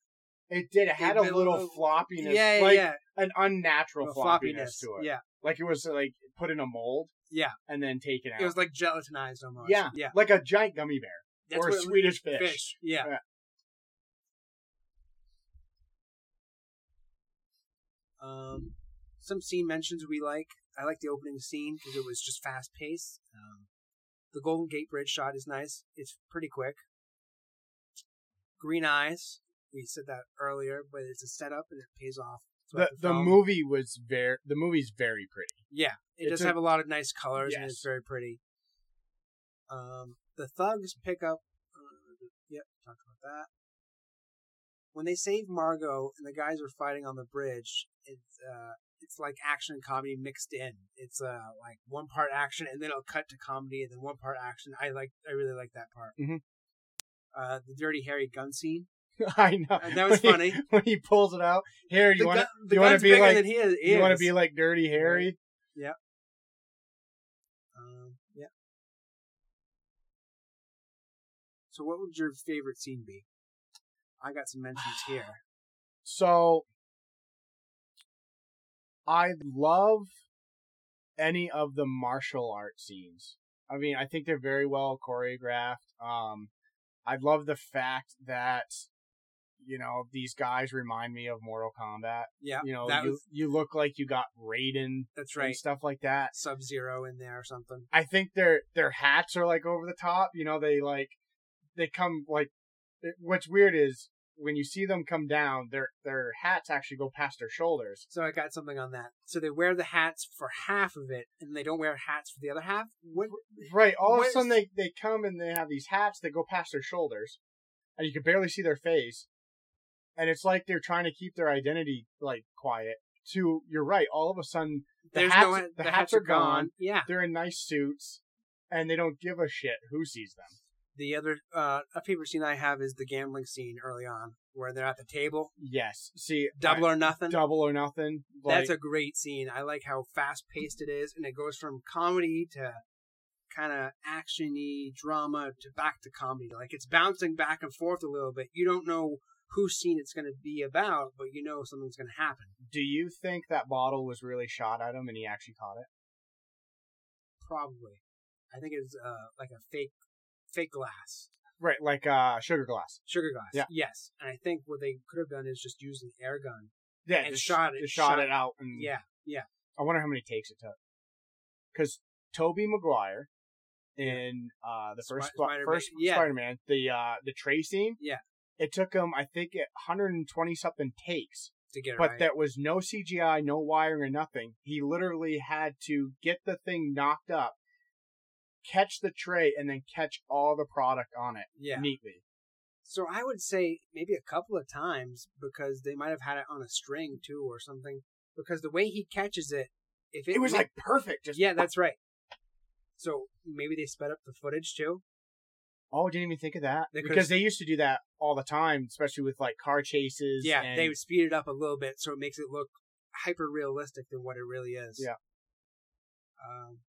A: It did. It had a
B: did a
A: little
B: little-
A: floppiness,
B: yeah, yeah,
A: like
B: yeah.
A: an unnatural
B: Well,
A: floppiness, to it.
B: Yeah,
A: Like it was like put in a mold,
B: Yeah.
A: and then taken out.
B: it was like gelatinized almost.
A: yeah,
B: yeah.
A: like a giant gummy bear
B: That's
A: or a
B: what it looked-
A: Swedish fish.
B: fish. Yeah.
A: Yeah.
B: Um, some scene mentions we like. I like the opening scene because it was just fast paced. Um, the Golden Gate Bridge shot is nice. It's pretty quick. Green Eyes. We said that earlier, but it's a setup and it pays off.
A: The
B: throughout
A: the
B: film.
A: movie was very the movie's very pretty.
B: Yeah, it
A: It's
B: does
A: a-
B: have a lot of nice colors and
A: Yes.
B: it's very pretty. Um, the thugs pick up. Uh, yep, talked about that. when they save Margot and the guys are fighting on the bridge, it's uh, it's like action and comedy mixed in. It's uh, like one part action and then it'll cut to comedy and then one part action. I like I really like that part.
A: Mhm.
B: Uh, the Dirty Harry gun scene.
A: I know.
B: Uh, that was
A: When
B: funny.
A: He, when he pulls it out, here you
B: The
A: want to
B: gun- the
A: you wanna
B: gun's
A: be
B: bigger
A: like-
B: than he is.
A: you want to be like Dirty Harry.
B: Um, yeah. So, what would your favorite scene be? I got some mentions here.
A: So I love any of the martial art scenes. I mean, I think they're very well choreographed. Um, I love the fact that you know these guys remind me of Mortal Kombat.
B: Yeah,
A: You know,
B: that
A: you
B: was,
A: you look like you got Raiden
B: that's
A: and
B: right.
A: stuff like that.
B: Sub Zero in there or something.
A: I think their their hats are like over the top. You know, they like they come like. it- What's weird is when you see them come down, their their hats actually go past their shoulders.
B: So I got something on that. So they wear the hats for half of it, and they don't wear hats for the other half. What?
A: Right. All of a
B: Where's-
A: sudden, they they come and they have these hats that go past their shoulders, and you can barely see their face. And it's like they're trying to keep their identity like quiet. To you're right. All of a sudden, The
B: There's
A: hats-
B: no,
A: the hats are gone.
B: Yeah.
A: they're in nice suits, and they don't give a shit who sees them.
B: The other uh, a favorite scene I have is the gambling scene early on, where they're at the table,
A: Yes. See,
B: double or nothing.
A: double or nothing.
B: That's
A: like-
B: a great scene. I like how fast paced it is, and it goes from comedy to kind of actiony drama to back to comedy. Like it's bouncing back and forth a little bit. You don't know whose scene it's going to be about, but you know something's going to happen.
A: Do you think that bottle was really shot at him and he actually caught it?
B: Probably, I think it's uh, like a fake, fake glass,
A: Right, like uh sugar glass.
B: sugar glass.
A: Yeah.
B: Yes, and I think what they could have done is just used an air gun.
A: Yeah,
B: And
A: just
B: shot it-
A: just shot,
B: shot-
A: it out. And
B: Yeah,
A: I wonder how many takes it took. Because Toby Maguire in uh the first
B: Spi-
A: Spi-
B: Spider-Man,
A: first
B: yeah.
A: Spider-Man, the uh the Trey scene.
B: Yeah.
A: It took him, I think, 120 something takes,
B: to get it
A: but
B: right.
A: there was no CGI, no wiring, or nothing. He literally had to get the thing knocked up, catch the tray, and then catch all the product on it
B: yeah.
A: neatly.
B: So I would say maybe a couple of times because they might have had it on a string too or something. Because the way he catches it, if it,
A: It was
B: ma-
A: like perfect. Just
B: yeah, that's right. So maybe they sped up the footage too.
A: Oh, I didn't even think of that.
B: They could've-
A: because they used to do that all the time, especially with like car chases.
B: Yeah,
A: and-
B: they would speed it up a little bit so it makes it look hyper realistic than what it really is.
A: Yeah.
B: Um,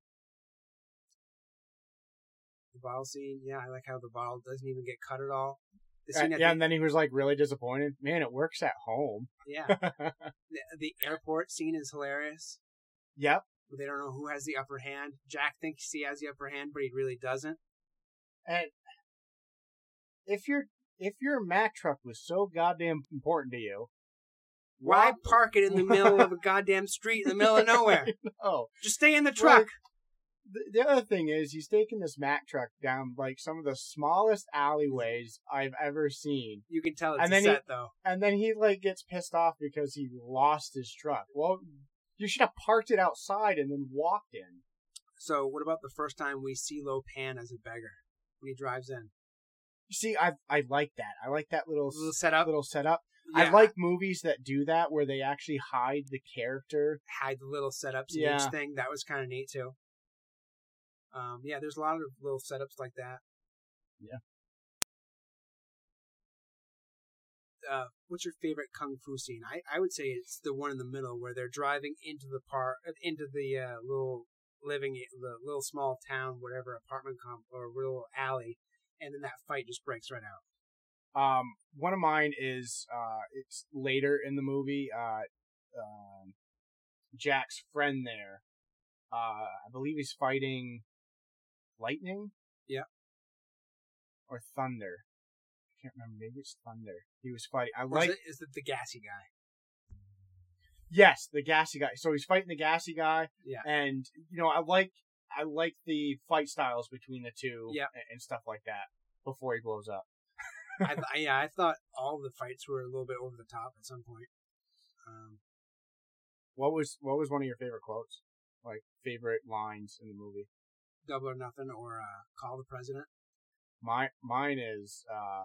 B: the bottle scene, yeah, I like how the bottle doesn't even get cut at all. The
A: Uh,
B: scene at
A: yeah,
B: the-
A: and then he was like really disappointed. Man, it works at home.
B: yeah. the, the airport scene is hilarious.
A: Yep.
B: They don't know who has the upper hand. Jack thinks he has the upper hand, but he really doesn't.
A: And if your if your Mack truck was so goddamn important to you,
B: Why park it in the middle of a goddamn street in the middle of nowhere?
A: Oh,
B: Just stay in the truck.
A: the, the other thing is he's taking this Mack truck down like some of the smallest alleyways I've ever seen.
B: You can tell it's
A: And
B: a
A: then he-
B: set, though.
A: and then he like gets pissed off because he lost his truck. Well, you should have parked it outside and then walked in.
B: So, what about the first time we see Lopan as a beggar when he drives in?
A: You see, I I like that. I like that little
B: little
A: s-
B: setup.
A: little setup. I
B: Yeah,
A: like movies that do that where they actually hide the character.
B: hide the little setups in
A: Yeah.
B: each thing. That was kind of neat too. Um, yeah, there's a lot of little setups like that.
A: Yeah.
B: Uh, what's your favorite kung fu scene? I, I would say it's the one in the middle where they're driving into the park, into the uh, little living, the little small town, whatever apartment comp or little alley, and then that fight just breaks right out.
A: Um, one of mine is uh, it's later in the movie. Uh, um, Jack's friend there, uh, I believe he's fighting lightning.
B: Yeah.
A: Or thunder. I can't remember. Maybe it's thunder. He was fighting. I
B: Or
A: like
B: is, it, is it the gassy guy?
A: Yes, the gassy guy. So he's fighting the gassy guy.
B: Yeah.
A: And you know, I like I like the fight styles between the two.
B: Yeah.
A: And, and stuff like that before he blows up.
B: I, th- I, yeah, I thought all the fights were a little bit over the top at some point. Um,
A: What was what was one of your favorite quotes? Like favorite lines in the movie?
B: Double or Nothing or uh, Call the President.
A: My mine is uh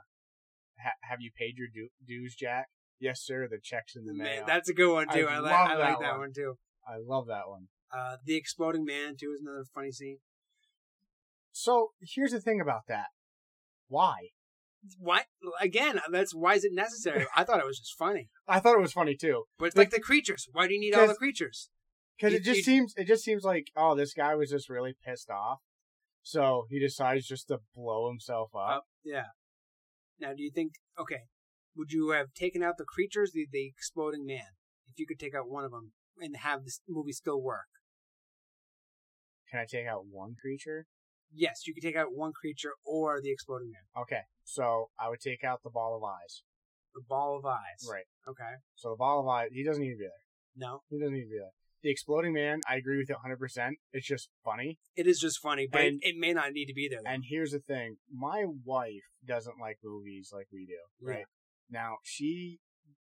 A: ha- have you paid your du- dues, Jack? Yes, sir. The check's in the mail.
B: Man, that's a good one too.
A: I
B: I, like
A: love
B: I like
A: that
B: that
A: one.
B: one, too.
A: I love that one.
B: Uh, the exploding man too is another funny scene.
A: So here's the thing about that. Why?
B: Why again? That's why is it necessary? I thought it was just funny,
A: I thought it was funny too
B: but it's like the creatures. Why do you need all the
A: Because-
B: creatures?
A: because
B: You-
A: it just
B: you-
A: seems it just seems like oh this guy was just really pissed off, so he decides just to blow himself up.
B: Up. Yeah. Now, do you think? Okay, would you have taken out the creatures, the, the exploding man, if you could take out one of them and have this movie still work?
A: Can I take out one creature?
B: Yes, you could take out one creature or the exploding man,
A: Okay, so I would take out the ball of eyes.
B: the ball of eyes.
A: Right.
B: Okay.
A: So the ball of eyes, he doesn't need to be there.
B: No,
A: He doesn't need to be there. The exploding man, I agree with you 100%. It's just funny.
B: it is just funny, but
A: And-
B: it, it may not need to be there.
A: And here's the thing my wife doesn't like movies like we do, right?
B: Yeah.
A: Now, she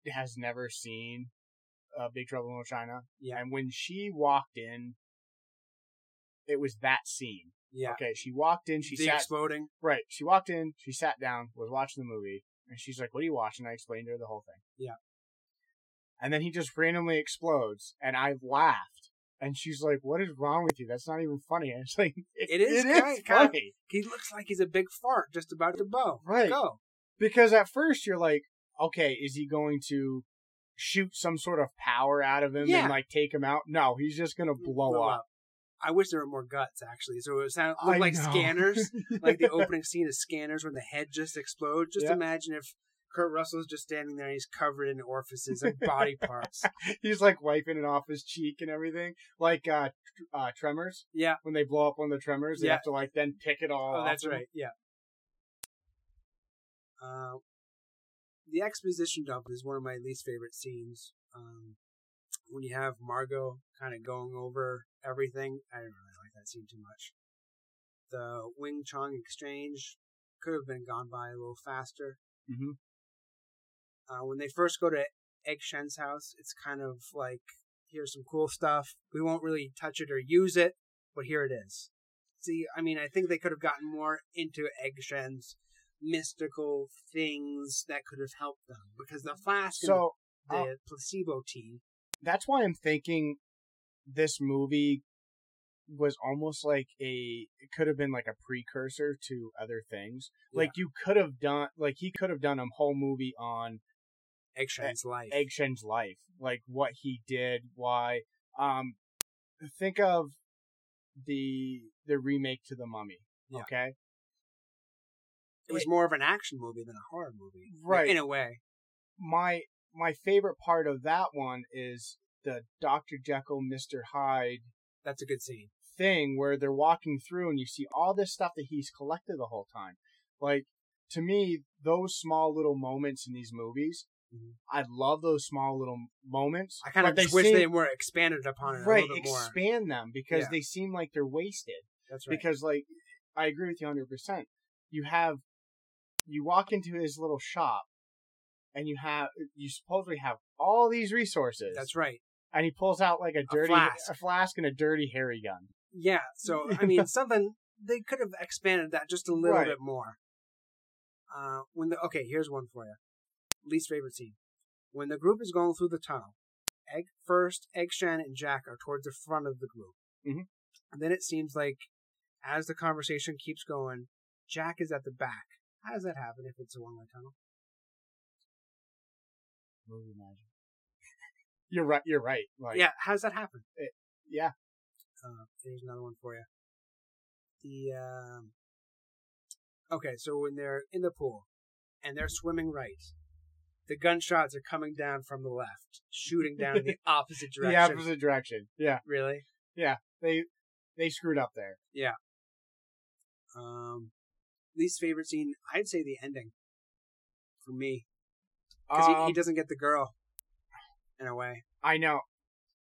A: has never seen uh, Big Trouble in Little China.
B: Yeah.
A: And when she walked in, it was that scene.
B: yeah.
A: Okay. She walked in, she
B: the
A: sat.
B: exploding.
A: right. She walked in, she sat down, was watching the movie, and she's like, What are you watching? I explained to her the whole thing.
B: Yeah.
A: And then he just randomly explodes, and I laughed. And she's like, What is wrong with you? That's not even funny. I was like,
B: It is quite- kind of-
A: funny.
B: He looks like he's a big fart just about to bow.
A: Right.
B: Go.
A: Because at first you're like, okay, is he going to shoot some sort of power out of him
B: Yeah.
A: and like take him out? No, he's just gonna blow,
B: Blow
A: up.
B: I wish there were more guts actually. So it sound
A: I
B: looked like
A: know.
B: scanners, like the opening scene of Scanners when the head just explodes. Just
A: Yeah.
B: imagine if Kurt Russell's just standing there and he's covered in orifices and body parts.
A: He's like wiping it off his cheek and everything, like uh, tr- uh Tremors.
B: Yeah.
A: When they blow up one of the Tremors, they
B: Yeah.
A: have to like then pick it all.
B: Oh,
A: off
B: that's
A: and-
B: right. Yeah. Uh, the exposition dump is one of my least favorite scenes. Um, when you have Margot kind of going over everything, I didn't really like that scene too much. The Wing Chong exchange could have been gone by a little faster.
A: Mhm.
B: Uh, when they first go to Egg Shen's house, it's kind of like, here's some cool stuff. We won't really touch it or use it, but here it is. See, I mean, I think they could have gotten more into Egg Shen's mystical things that could have helped them because the flask and
A: So
B: the
A: uh,
B: placebo tea.
A: that's why I'm thinking this movie was almost like a it could have been like a precursor to other things.
B: Yeah.
A: Like you could have done like he could have done a whole movie on
B: Egg Shen's life.
A: E-, Egg Shen's life, like what he did, why. Um, think of the the remake to the Mummy.
B: Yeah.
A: Okay,
B: it was more of an action movie than a horror movie,
A: E-, Right.
B: In a way,
A: my my favorite part of that one is the Doctor Jekyll, Mister Hyde
B: that's a good scene.
A: thing where they're walking through and you see all this stuff that he's collected the whole time. Like to me, those small little moments in these movies,
B: Mhm.
A: I love those small little moments.
B: I kind of
A: but
B: just wish
A: seem-
B: they were expanded upon it a
A: right
B: little bit more.
A: expand them because
B: Yeah.
A: they seem like they're wasted.
B: That's right.
A: because like I agree with you hundred percent. You have you walk into his little shop and you have you supposedly have all these resources.
B: That's right.
A: And he pulls out like a dirty
B: flask.
A: a flask and a dirty hairy gun.
B: Yeah. So I mean, something they could have expanded that just a little
A: Right.
B: bit more. Uh, when the okay, here's one for you. Least favorite scene. When the group is going through the tunnel, Egg first, Egg Shan and Jack are towards the front of the group.
A: Mhm.
B: And then it seems like as the conversation keeps going, Jack is at the back. How does that happen if it's a one way tunnel?
A: Movie magic. You're right. You're right. Like,
B: yeah, how does that happen?
A: Yeah.
B: Uh, here's another one for you. The um, okay, so when they're in the pool and they're swimming right, the gunshots are coming down from the left, shooting down in the opposite direction.
A: The opposite direction. Yeah.
B: Really?
A: They they screwed up there.
B: Um, least favorite scene, I'd say the ending for me because he,
A: Um,
B: he doesn't get the girl in a way.
A: I know.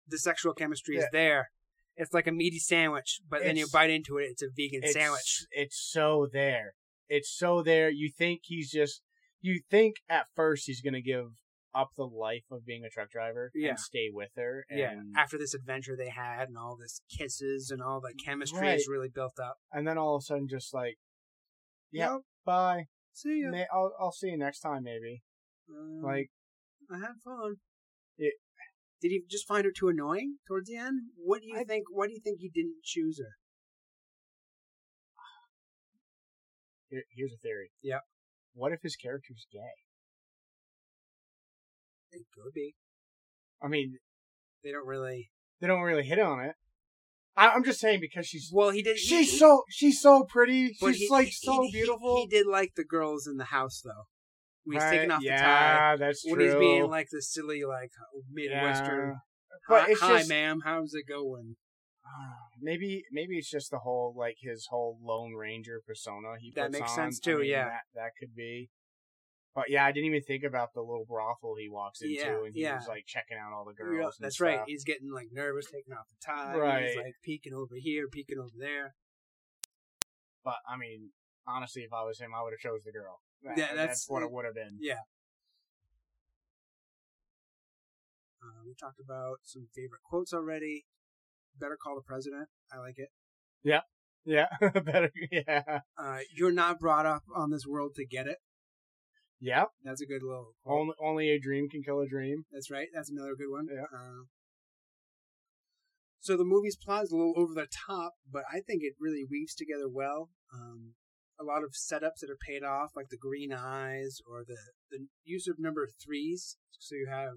B: The sexual chemistry is
A: Yeah.
B: there. It's like a meaty sandwich, but then you
A: It's-
B: bite into it, it's a vegan
A: It's,
B: sandwich.
A: It's so there. It's so there. You think he's just. You think at first he's gonna give up the life of being a truck driver
B: Yeah.
A: and stay with her. And,
B: yeah after this adventure they had and all this kisses and all the chemistry
A: Right.
B: is really built up
A: And then all of a sudden, just like, yeah,
B: Nope.
A: bye.
B: See ya.
A: May, I'll I'll see you next time maybe.
B: Um,
A: Like
B: I had fun.
A: It-
B: Did he just find her too annoying towards the end? What do you
A: I-
B: think? Why do you think he didn't choose her?
A: here, here's a theory.
B: Yep.
A: What if his character's gay?
B: It could be.
A: I mean,
B: They don't really.
A: they don't really hit on it. I, I'm just saying because she's
B: Well, he did. he-
A: she's so she's so pretty.
B: but
A: She's
B: he-
A: like
B: he-
A: so
B: he-
A: beautiful.
B: He, did like the girls in the house though. When he's taking
A: Right,
B: off the tie.
A: yeah, that's
B: When
A: true.
B: he's being like the silly, like midwestern.
A: Yeah. But
B: hi,
A: it's
B: hi,
A: just-
B: ma'am. How's it going?
A: maybe maybe it's just the whole like his whole Lone Ranger persona he
B: That
A: puts
B: makes
A: on.
B: sense,
A: I
B: too,
A: mean,
B: yeah.
A: that, that could be. But yeah, I didn't even think about the little brothel he walks into,
B: Yeah,
A: and he
B: yeah.
A: was like checking out all the girls.
B: Yeah,
A: and
B: that's
A: stuff.
B: right. He's getting like nervous, taking off the tie. He's
A: Right.
B: like peeking over here, peeking over there.
A: But I mean, honestly, if I was him, I would have chose the girl. That-
B: Yeah,
A: that's,
B: that's-
A: what it would have been.
B: Yeah. Uh, we talked about some favorite quotes already. Better call the president. I like it.
A: Yeah, better. Yeah,
B: Uh, you're not brought up on this world to get it.
A: yeah.
B: That's a good little. Quote.
A: Only only a dream can kill a dream.
B: That's right. That's another good one.
A: Yeah.
B: Uh, so the movie's plot is a little over the top, but I think it really weaves together well. Um, a lot of setups that are paid off, like the green eyes or the, the use of number threes. So you have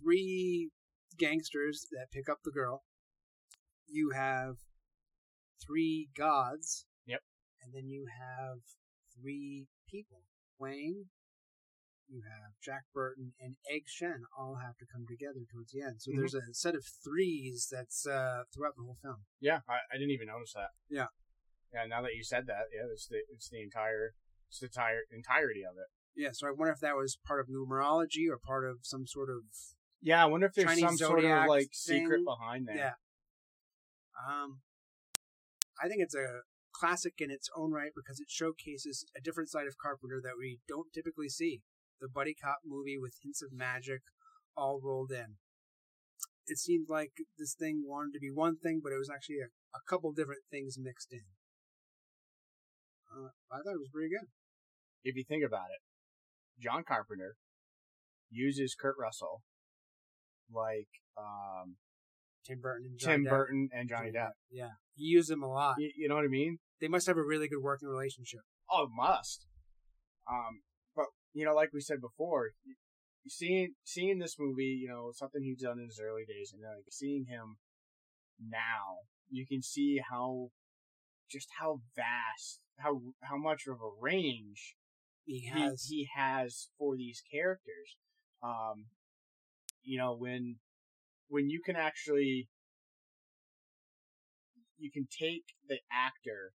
B: three gangsters that pick up the girl. You have three gods.
A: Yep.
B: And then you have three people. Wang, you have Jack Burton and Egg Shen all have to come together towards the end. So
A: Mhm.
B: there's a set of threes that's uh, throughout the whole film.
A: Yeah, I, I didn't even notice that.
B: Yeah.
A: Yeah, now that you said that, yeah, it's the it's the entire it's the entire entirety of it.
B: Yeah, so I wonder if that was part of numerology or part of some sort of
A: Yeah, I wonder if there's
B: Chinese
A: some sort of
B: zodiac
A: like
B: thing.
A: secret behind that.
B: yeah. Um, I think it's a classic in its own right because it showcases a different side of Carpenter that we don't typically see. The buddy cop movie with hints of magic all rolled in. It seemed like this thing wanted to be one thing, but it was actually a, a couple different things mixed in. Uh, I thought it was pretty good.
A: If you think about it, John Carpenter uses Kurt Russell like um,
B: Tim Burton and Johnny
A: Tim
B: Depp.
A: Burton and Johnny Depp.
B: Yeah, he used them a lot.
A: You, you know what I mean?
B: They must have a really good working relationship.
A: Oh, it must. Um, but you know, like we said before, y- seeing seeing this movie, you know, something he's done in his early days, and then like seeing him now, you can see how just how vast, how how much of a range
B: He
A: he,
B: has.
A: he has for these characters. Um, you know, when when you can actually you can take the actor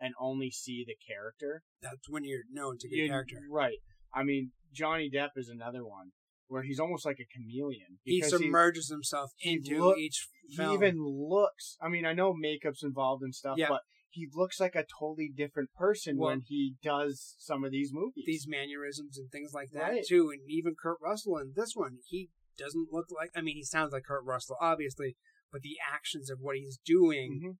A: and only see the character.
B: that's when you're known to
A: You-
B: good character.
A: right? I mean, Johnny Depp is another one where he's almost like a chameleon.
B: he
A: because
B: submerges himself
A: he
B: into
A: look-
B: each
A: he
B: film.
A: even looks. I mean, I know makeup's involved and stuff,
B: Yeah.
A: but he looks like a totally different person
B: Well-
A: when he does some of these movies.
B: these mannerisms and things like that
A: Right.
B: too, and even Kurt Russell in this one, he doesn't look like. I mean, he sounds like Kurt Russell, obviously, but the actions of what he's doing
A: Mhm.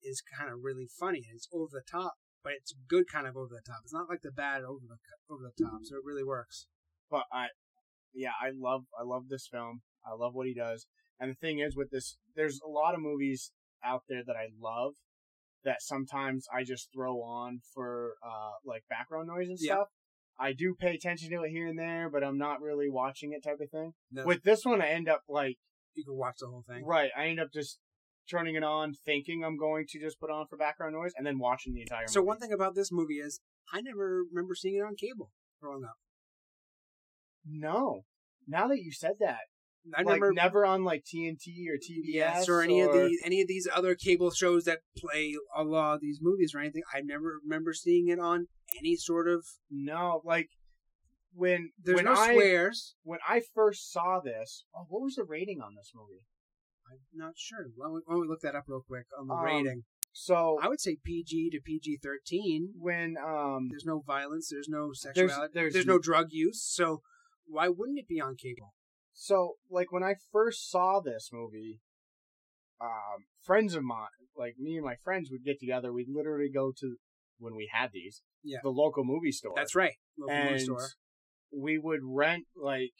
B: is kind of really funny. It's over the top, but it's good kind of over the top. It's not like the bad over the over the top, so it really works.
A: but I, yeah, I love I love this film. I love what he does. And the thing is, with this, there's a lot of movies out there that I love that sometimes I just throw on for uh like background noise and
B: Yeah.
A: stuff. I do pay attention to it here and there, but I'm not really watching it type of thing.
B: No,
A: With this one, I end up like
B: you can watch the whole thing.
A: right. I end up just turning it on, thinking I'm going to just put on for background noise, and then watching the entire.
B: So
A: movie.
B: one thing about this movie is I never remember seeing it on cable growing up.
A: No, now that you said that,
B: I
A: like
B: never
A: never on like TNT or TBS
B: Yes, or any of these any of these other cable shows that play a lot of these movies or anything. I never remember seeing it on any sort of.
A: No, like when
B: There's
A: when
B: no
A: I
B: swears.
A: when I first saw this, oh, what was the rating on this movie?
B: I'm not sure. Why don't we, why don't we look that up real quick on the
A: Um,
B: rating?
A: So
B: I would say PG to PG thirteen.
A: when um
B: There's no violence. There's no sexuality. There's,
A: there's-
B: no drug use. So why wouldn't it be on cable?
A: so like when I first saw this movie, um friends of mine, like me and my friends would get together, we'd literally go to when we had these.
B: Yeah.
A: The local movie store.
B: That's right. Local movie
A: and
B: store.
A: we would rent like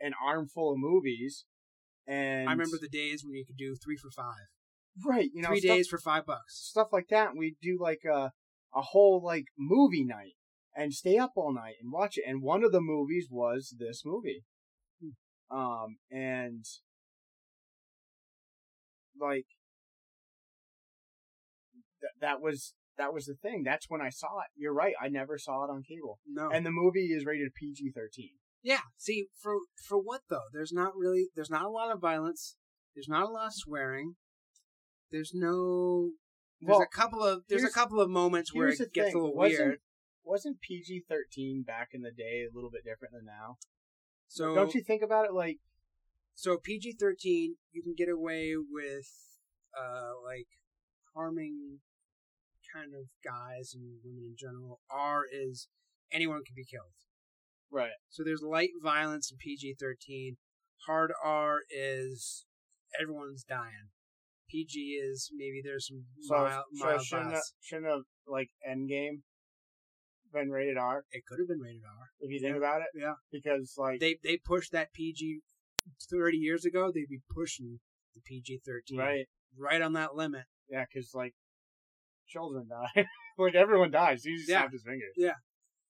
A: an armful of movies. And
B: I remember the days when you could do three for five.
A: right, you know,
B: three
A: stuff,
B: days for five bucks.
A: stuff like that. And we'd do like a a whole like movie night and stay up all night and watch it. And one of the movies was this movie.
B: Hmm.
A: Um, and like th- that was that was the thing. That's when I saw it. You're right. I never saw it on cable.
B: No.
A: And the movie is rated PG thirteen.
B: yeah. See, for for what though? There's not really there's not a lot of violence. There's not a lot of swearing. There's no there's
A: Well,
B: a couple of there's a
A: here's-
B: couple of moments where it
A: here's the
B: gets
A: thing.
B: a little
A: Wasn't-
B: weird.
A: Wasn't PG thirteen back in the day a little bit different than now?
B: So
A: Don't you think about it like
B: So PG thirteen, you can get away with uh like harming kind of guys and women in general. R is anyone can be killed.
A: right?
B: So there's light violence in PG thirteen. Hard R is everyone's dying. PG is maybe there's some
A: So,
B: mild,
A: so
B: mild
A: shouldn't have,
B: violence.
A: shouldn't have like Endgame been rated R
B: It could have been rated R.
A: if you think about it?
B: Yeah.
A: Because like
B: They they pushed that PG thirty years ago. They'd be pushing the PG thirteen
A: right,
B: right on that limit.
A: yeah, because like children die, like everyone dies. He just
B: Yeah.
A: snapped his fingers.
B: Yeah.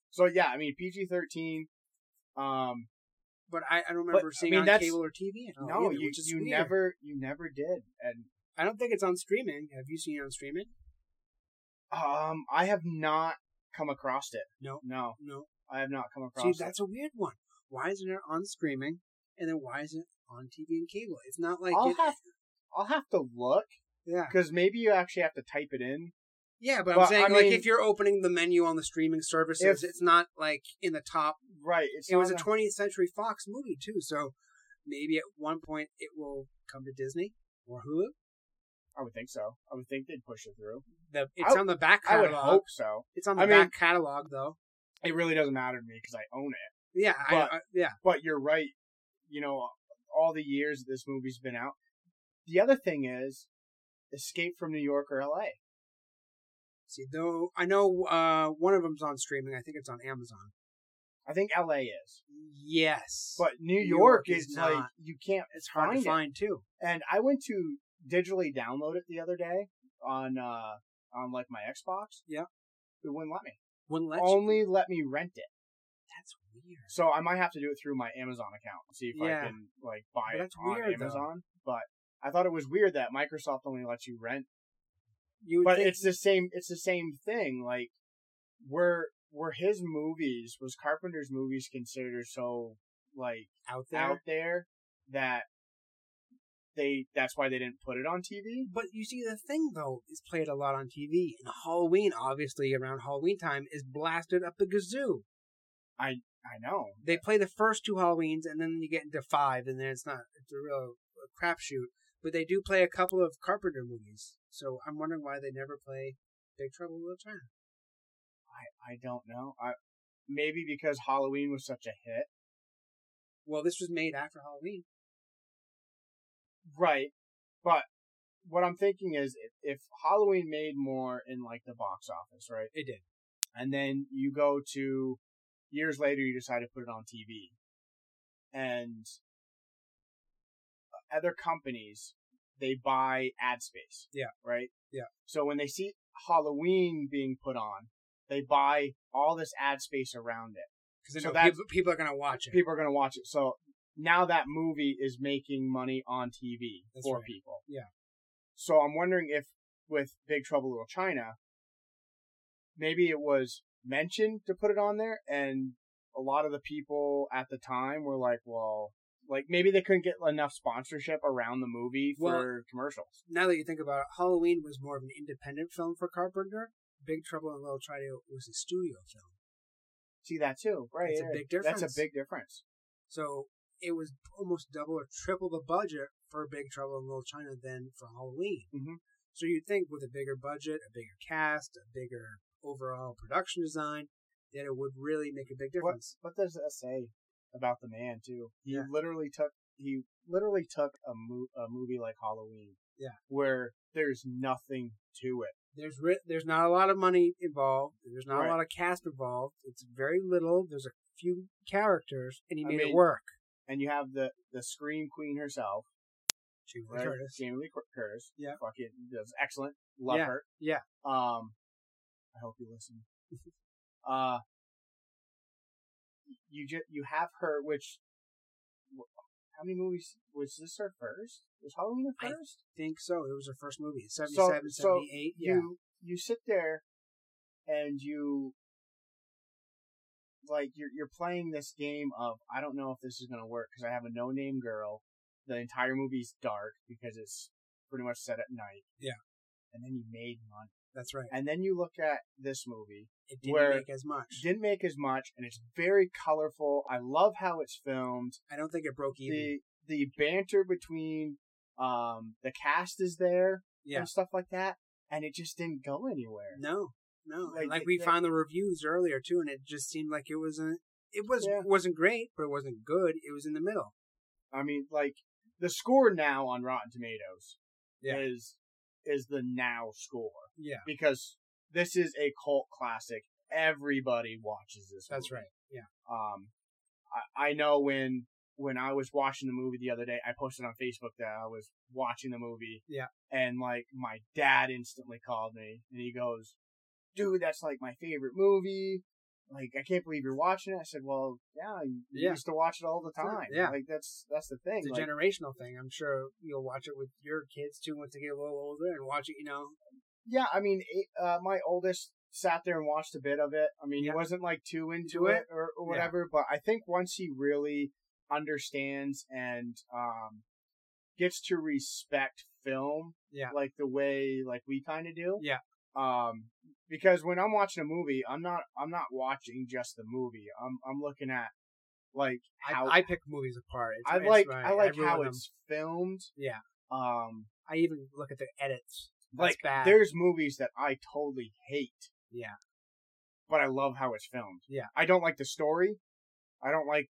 A: So yeah, I mean PG thirteen. Um,
B: But I, I don't remember
A: I
B: seeing
A: mean,
B: on
A: that's-
B: cable or TV. at all
A: no,
B: Oh, either,
A: you
B: which is
A: you
B: weird.
A: never you never did, and
B: I don't think it's on streaming. Have you seen it on streaming?
A: um, I have not come across it.
B: No.
A: No,
B: No.
A: I have not come across
B: See,
A: it.
B: that's a weird one. Why isn't it on streaming? And then why isn't it on TV and cable? It's not like
A: I'll
B: it,
A: have I'll have to look
B: yeah,
A: because maybe you actually have to type it in.
B: yeah. But, I'm
A: But,
B: saying
A: I
B: like
A: mean-
B: if you're opening the menu on the streaming services,
A: If-
B: it's not like in the top.
A: Right. It's
B: It was a
A: not
B: 20th Century Fox movie too, so maybe at one point it will come to Disney or Hulu.
A: I would think so. I would think they'd push it through.
B: The, it's
A: I-
B: on the back
A: I would
B: catalog.
A: hope so.
B: It's on the
A: I mean-
B: back catalog though.
A: It really doesn't matter to me because I own it.
B: Yeah,
A: But-
B: I, I, yeah.
A: But you're right. You know, all the years this movie's been out. The other thing is, Escape from New York or L.A.
B: See, though I know uh, one of them's on streaming. I think it's on Amazon.
A: I think L.A. is,
B: Yes,
A: but New,
B: New
A: York,
B: York is
A: is like
B: not.
A: you can't.
B: it's hard
A: find
B: to
A: it.
B: find too.
A: And I went to digitally download it the other day on uh on like my Xbox.
B: Yeah.
A: It wouldn't let me.
B: Wouldn't let you.
A: Only let me rent it.
B: That's weird.
A: So I might have to do it through my Amazon account and see if
B: Yeah.
A: I can like buy
B: But
A: it
B: that's
A: on
B: weird, though.
A: Amazon. But I thought it was weird that Microsoft only lets you rent.
B: You would
A: But
B: think,
A: it's the same. It's the same thing. Like were were his movies was Carpenter's movies considered so like
B: out there.
A: out there that they that's why they didn't put it on TV.
B: But you see, the thing though is played a lot on TV, and Halloween, obviously around Halloween time, is blasted up the gazoo.
A: I know.
B: They play the first two Halloweens, and then you get into five, and then it's not. It's a real crapshoot. But they do play a couple of Carpenter movies, so I'm wondering why they never play Big Trouble in Little China.
A: I I don't know. I maybe because Halloween was such a hit.
B: Well, this was made after Halloween.
A: Right. But what I'm thinking is if, if Halloween made more in like the box office, right?
B: It did.
A: And then you go to years later, you decide to put it on TV and other companies, they buy ad space.
B: Yeah.
A: Right.
B: Yeah.
A: So when they see Halloween being put on, they buy all this ad space around it.
B: Because
A: So
B: so
A: that's-
B: people, people are going to watch it.
A: people are going to watch it. So now that movie is making money on TV
B: That's
A: for
B: right.
A: people.
B: Yeah.
A: So I'm wondering if with Big Trouble Little China, maybe it was mentioned to put it on there, and a lot of the people at the time were like, "Well, like maybe they couldn't get enough sponsorship around the movie for
B: Well-
A: commercials."
B: now that you think about it, Halloween was more of an independent film for Carpenter. Big Trouble in Little China was a studio film.
A: See that too, right?
B: That's a
A: yeah.
B: big
A: That's
B: difference.
A: a big difference.
B: So it was almost double or triple the budget for Big Trouble in Little China than for Halloween.
A: Mhm.
B: So you'd think with a bigger budget, a bigger cast, a bigger overall production design, that it would really make a big
A: What-
B: difference.
A: What does that say about the man too? He
B: Yeah.
A: literally took he literally took a, mo- a movie like Halloween,
B: Yeah.
A: where there's nothing to it,
B: There's ri- there's not a lot of money involved. There's not
A: Right.
B: a lot of cast involved. It's very little. There's a few characters, and he
A: I
B: made
A: mean,
B: it work.
A: and you have the the scream queen herself,
B: Jamie Lee
A: right?
B: Curtis.
A: Jamie Lee Cur- Curtis.
B: Yeah.
A: fucking does excellent. Love her.
B: yeah.
A: Um, I hope you listen. uh, you just you have her, which wh- how many movies was this? Her first was Halloween her
B: I-
A: first.
B: think so. It was her first movie, 77,
A: So- so
B: 78. yeah.
A: you you sit there and you like you're you're playing this game of I don't know if this is gonna work because I have a no name girl. The entire movie's dark because it's pretty much set at night.
B: Yeah.
A: and then you made money,
B: That's right.
A: and then you look at this movie
B: It didn't
A: where-
B: make as much.
A: didn't make as much, and it's very colorful. I love how it's filmed.
B: I don't think it broke even.
A: The the banter between um the cast is there
B: yeah.
A: and stuff like that, and it just didn't go anywhere.
B: No, no.
A: Like,
B: Like,
A: it-
B: we
A: that-
B: found the reviews earlier too, and it just seemed like it wasn't. It was
A: Yeah.
B: wasn't great, but it wasn't good. It was in the middle.
A: I mean, like the score now on Rotten Tomatoes
B: Yeah.
A: is is the now score
B: Yeah,
A: because this is a cult classic. Everybody watches this.
B: that's
A: movie.
B: right. Yeah,
A: Um, I, I know when when I was watching the movie the other day, I posted on Facebook that I was watching the movie.
B: Yeah.
A: And like my dad instantly called me and he goes, "Dude, that's like my favorite movie." Like I can't believe you're watching it. I said, "Well, yeah, you you
B: Yeah.
A: used to watch it all the time.
B: Yeah.
A: like that's that's the thing.
B: it's a
A: Like,
B: generational thing. I'm sure you'll watch it with your kids too once they get a little older and watch it. You know,
A: Yeah, I mean, it, uh, my oldest sat there and watched a bit of it. I mean,
B: Yeah.
A: he wasn't like too into
B: Do
A: it
B: it.
A: or, or whatever, but I think once he really understands and um, gets to respect film,
B: Yeah.
A: like the way like we kind of do,
B: Yeah.
A: Um, because when I'm watching a movie, I'm not I'm not watching just the movie. I'm I'm looking at like how
B: I, I pick movies apart. It's,
A: I
B: it's
A: like
B: my-
A: I like
B: ruin
A: how
B: them.
A: it's filmed.
B: Yeah.
A: Um,
B: I even look at the edits. That's
A: like
B: bad.
A: there's movies that I totally hate.
B: Yeah.
A: But I love how it's filmed.
B: Yeah.
A: I don't like the story. I don't like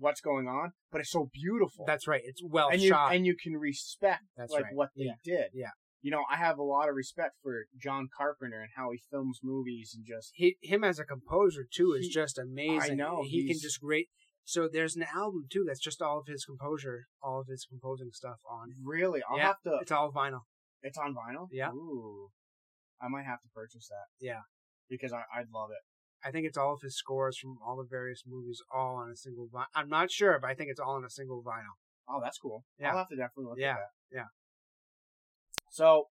A: what's going on, but it's so beautiful.
B: That's right. It's well
A: and you
B: shot.
A: and you can respect
B: That's
A: like
B: right.
A: what they
B: Yeah.
A: did.
B: Yeah.
A: You know, I have a lot of respect for John Carpenter and how he films movies and just
B: he, him as a composer too is
A: He-
B: just amazing.
A: I know,
B: he can
A: he's-
B: just great. So there's an album too that's just all of his composure, all of his composing stuff on. it.
A: really I'll
B: Yeah.
A: have to
B: It's all vinyl.
A: it's on vinyl?
B: Yeah.
A: Ooh. I might have to purchase that.
B: Yeah.
A: Because I, I'd love it.
B: I think it's all of his scores from all the various movies, all on a single vinyl. I'm not sure, but I think it's all on a single vinyl.
A: Oh, that's cool.
B: Yeah.
A: I'll have to definitely look
B: Yeah,
A: at that.
B: yeah.
A: So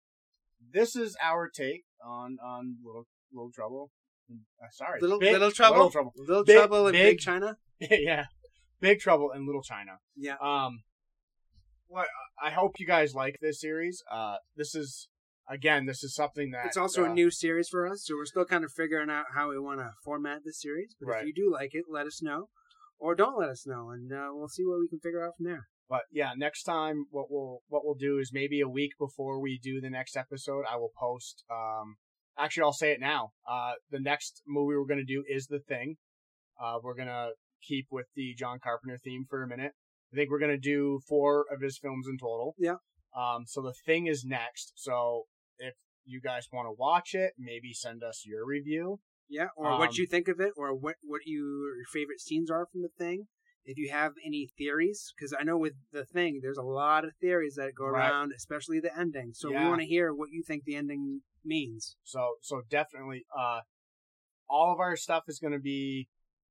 A: this is our take on on little little trouble. Uh, sorry,
B: Little
A: Big-
B: little trouble,
A: Little trouble.
B: little
A: Big-
B: trouble in
A: Big-
B: Big China.
A: yeah, big trouble in Little China.
B: Yeah,
A: Um, well, I hope you guys like this series. Uh, this is again, this is something that
B: it's also
A: uh,
B: a new series for us, so we're still kind of figuring out how we want to format the series. But
A: Right.
B: if you do like it, let us know, or don't let us know, and uh, we'll see what we can figure out from there.
A: But yeah, next time what we'll what we'll do is maybe a week before we do the next episode, I will post. Um, actually, I'll say it now. Uh, the next movie we're gonna do is The Thing. Uh, we're gonna keep with the John Carpenter theme for a minute. I think we're gonna do four of his films in total.
B: Yeah.
A: Um, so The Thing is next. So if you guys want to watch it, maybe send us your review.
B: Yeah, or
A: Um,
B: what you think of it, or what what you, your favorite scenes are from the thing. If you have any theories, because I know with the thing, there's a lot of theories that go
A: Right.
B: around, especially the ending. So
A: Yeah.
B: we want to hear what you think the ending means.
A: So so definitely uh all of our stuff is going to be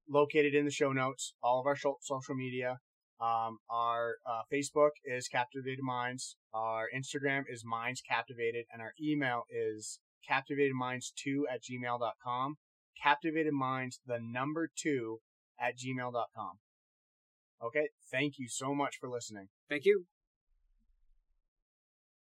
A: located in the show notes, all of our sho- social media. Um our uh, Facebook is Captivated Minds, our Instagram is Minds Captivated and our email is captivatedminds2 at gmail.com. Captivated Minds the number 2 at gmail.com. Okay, thank you so much for listening.
B: Thank you.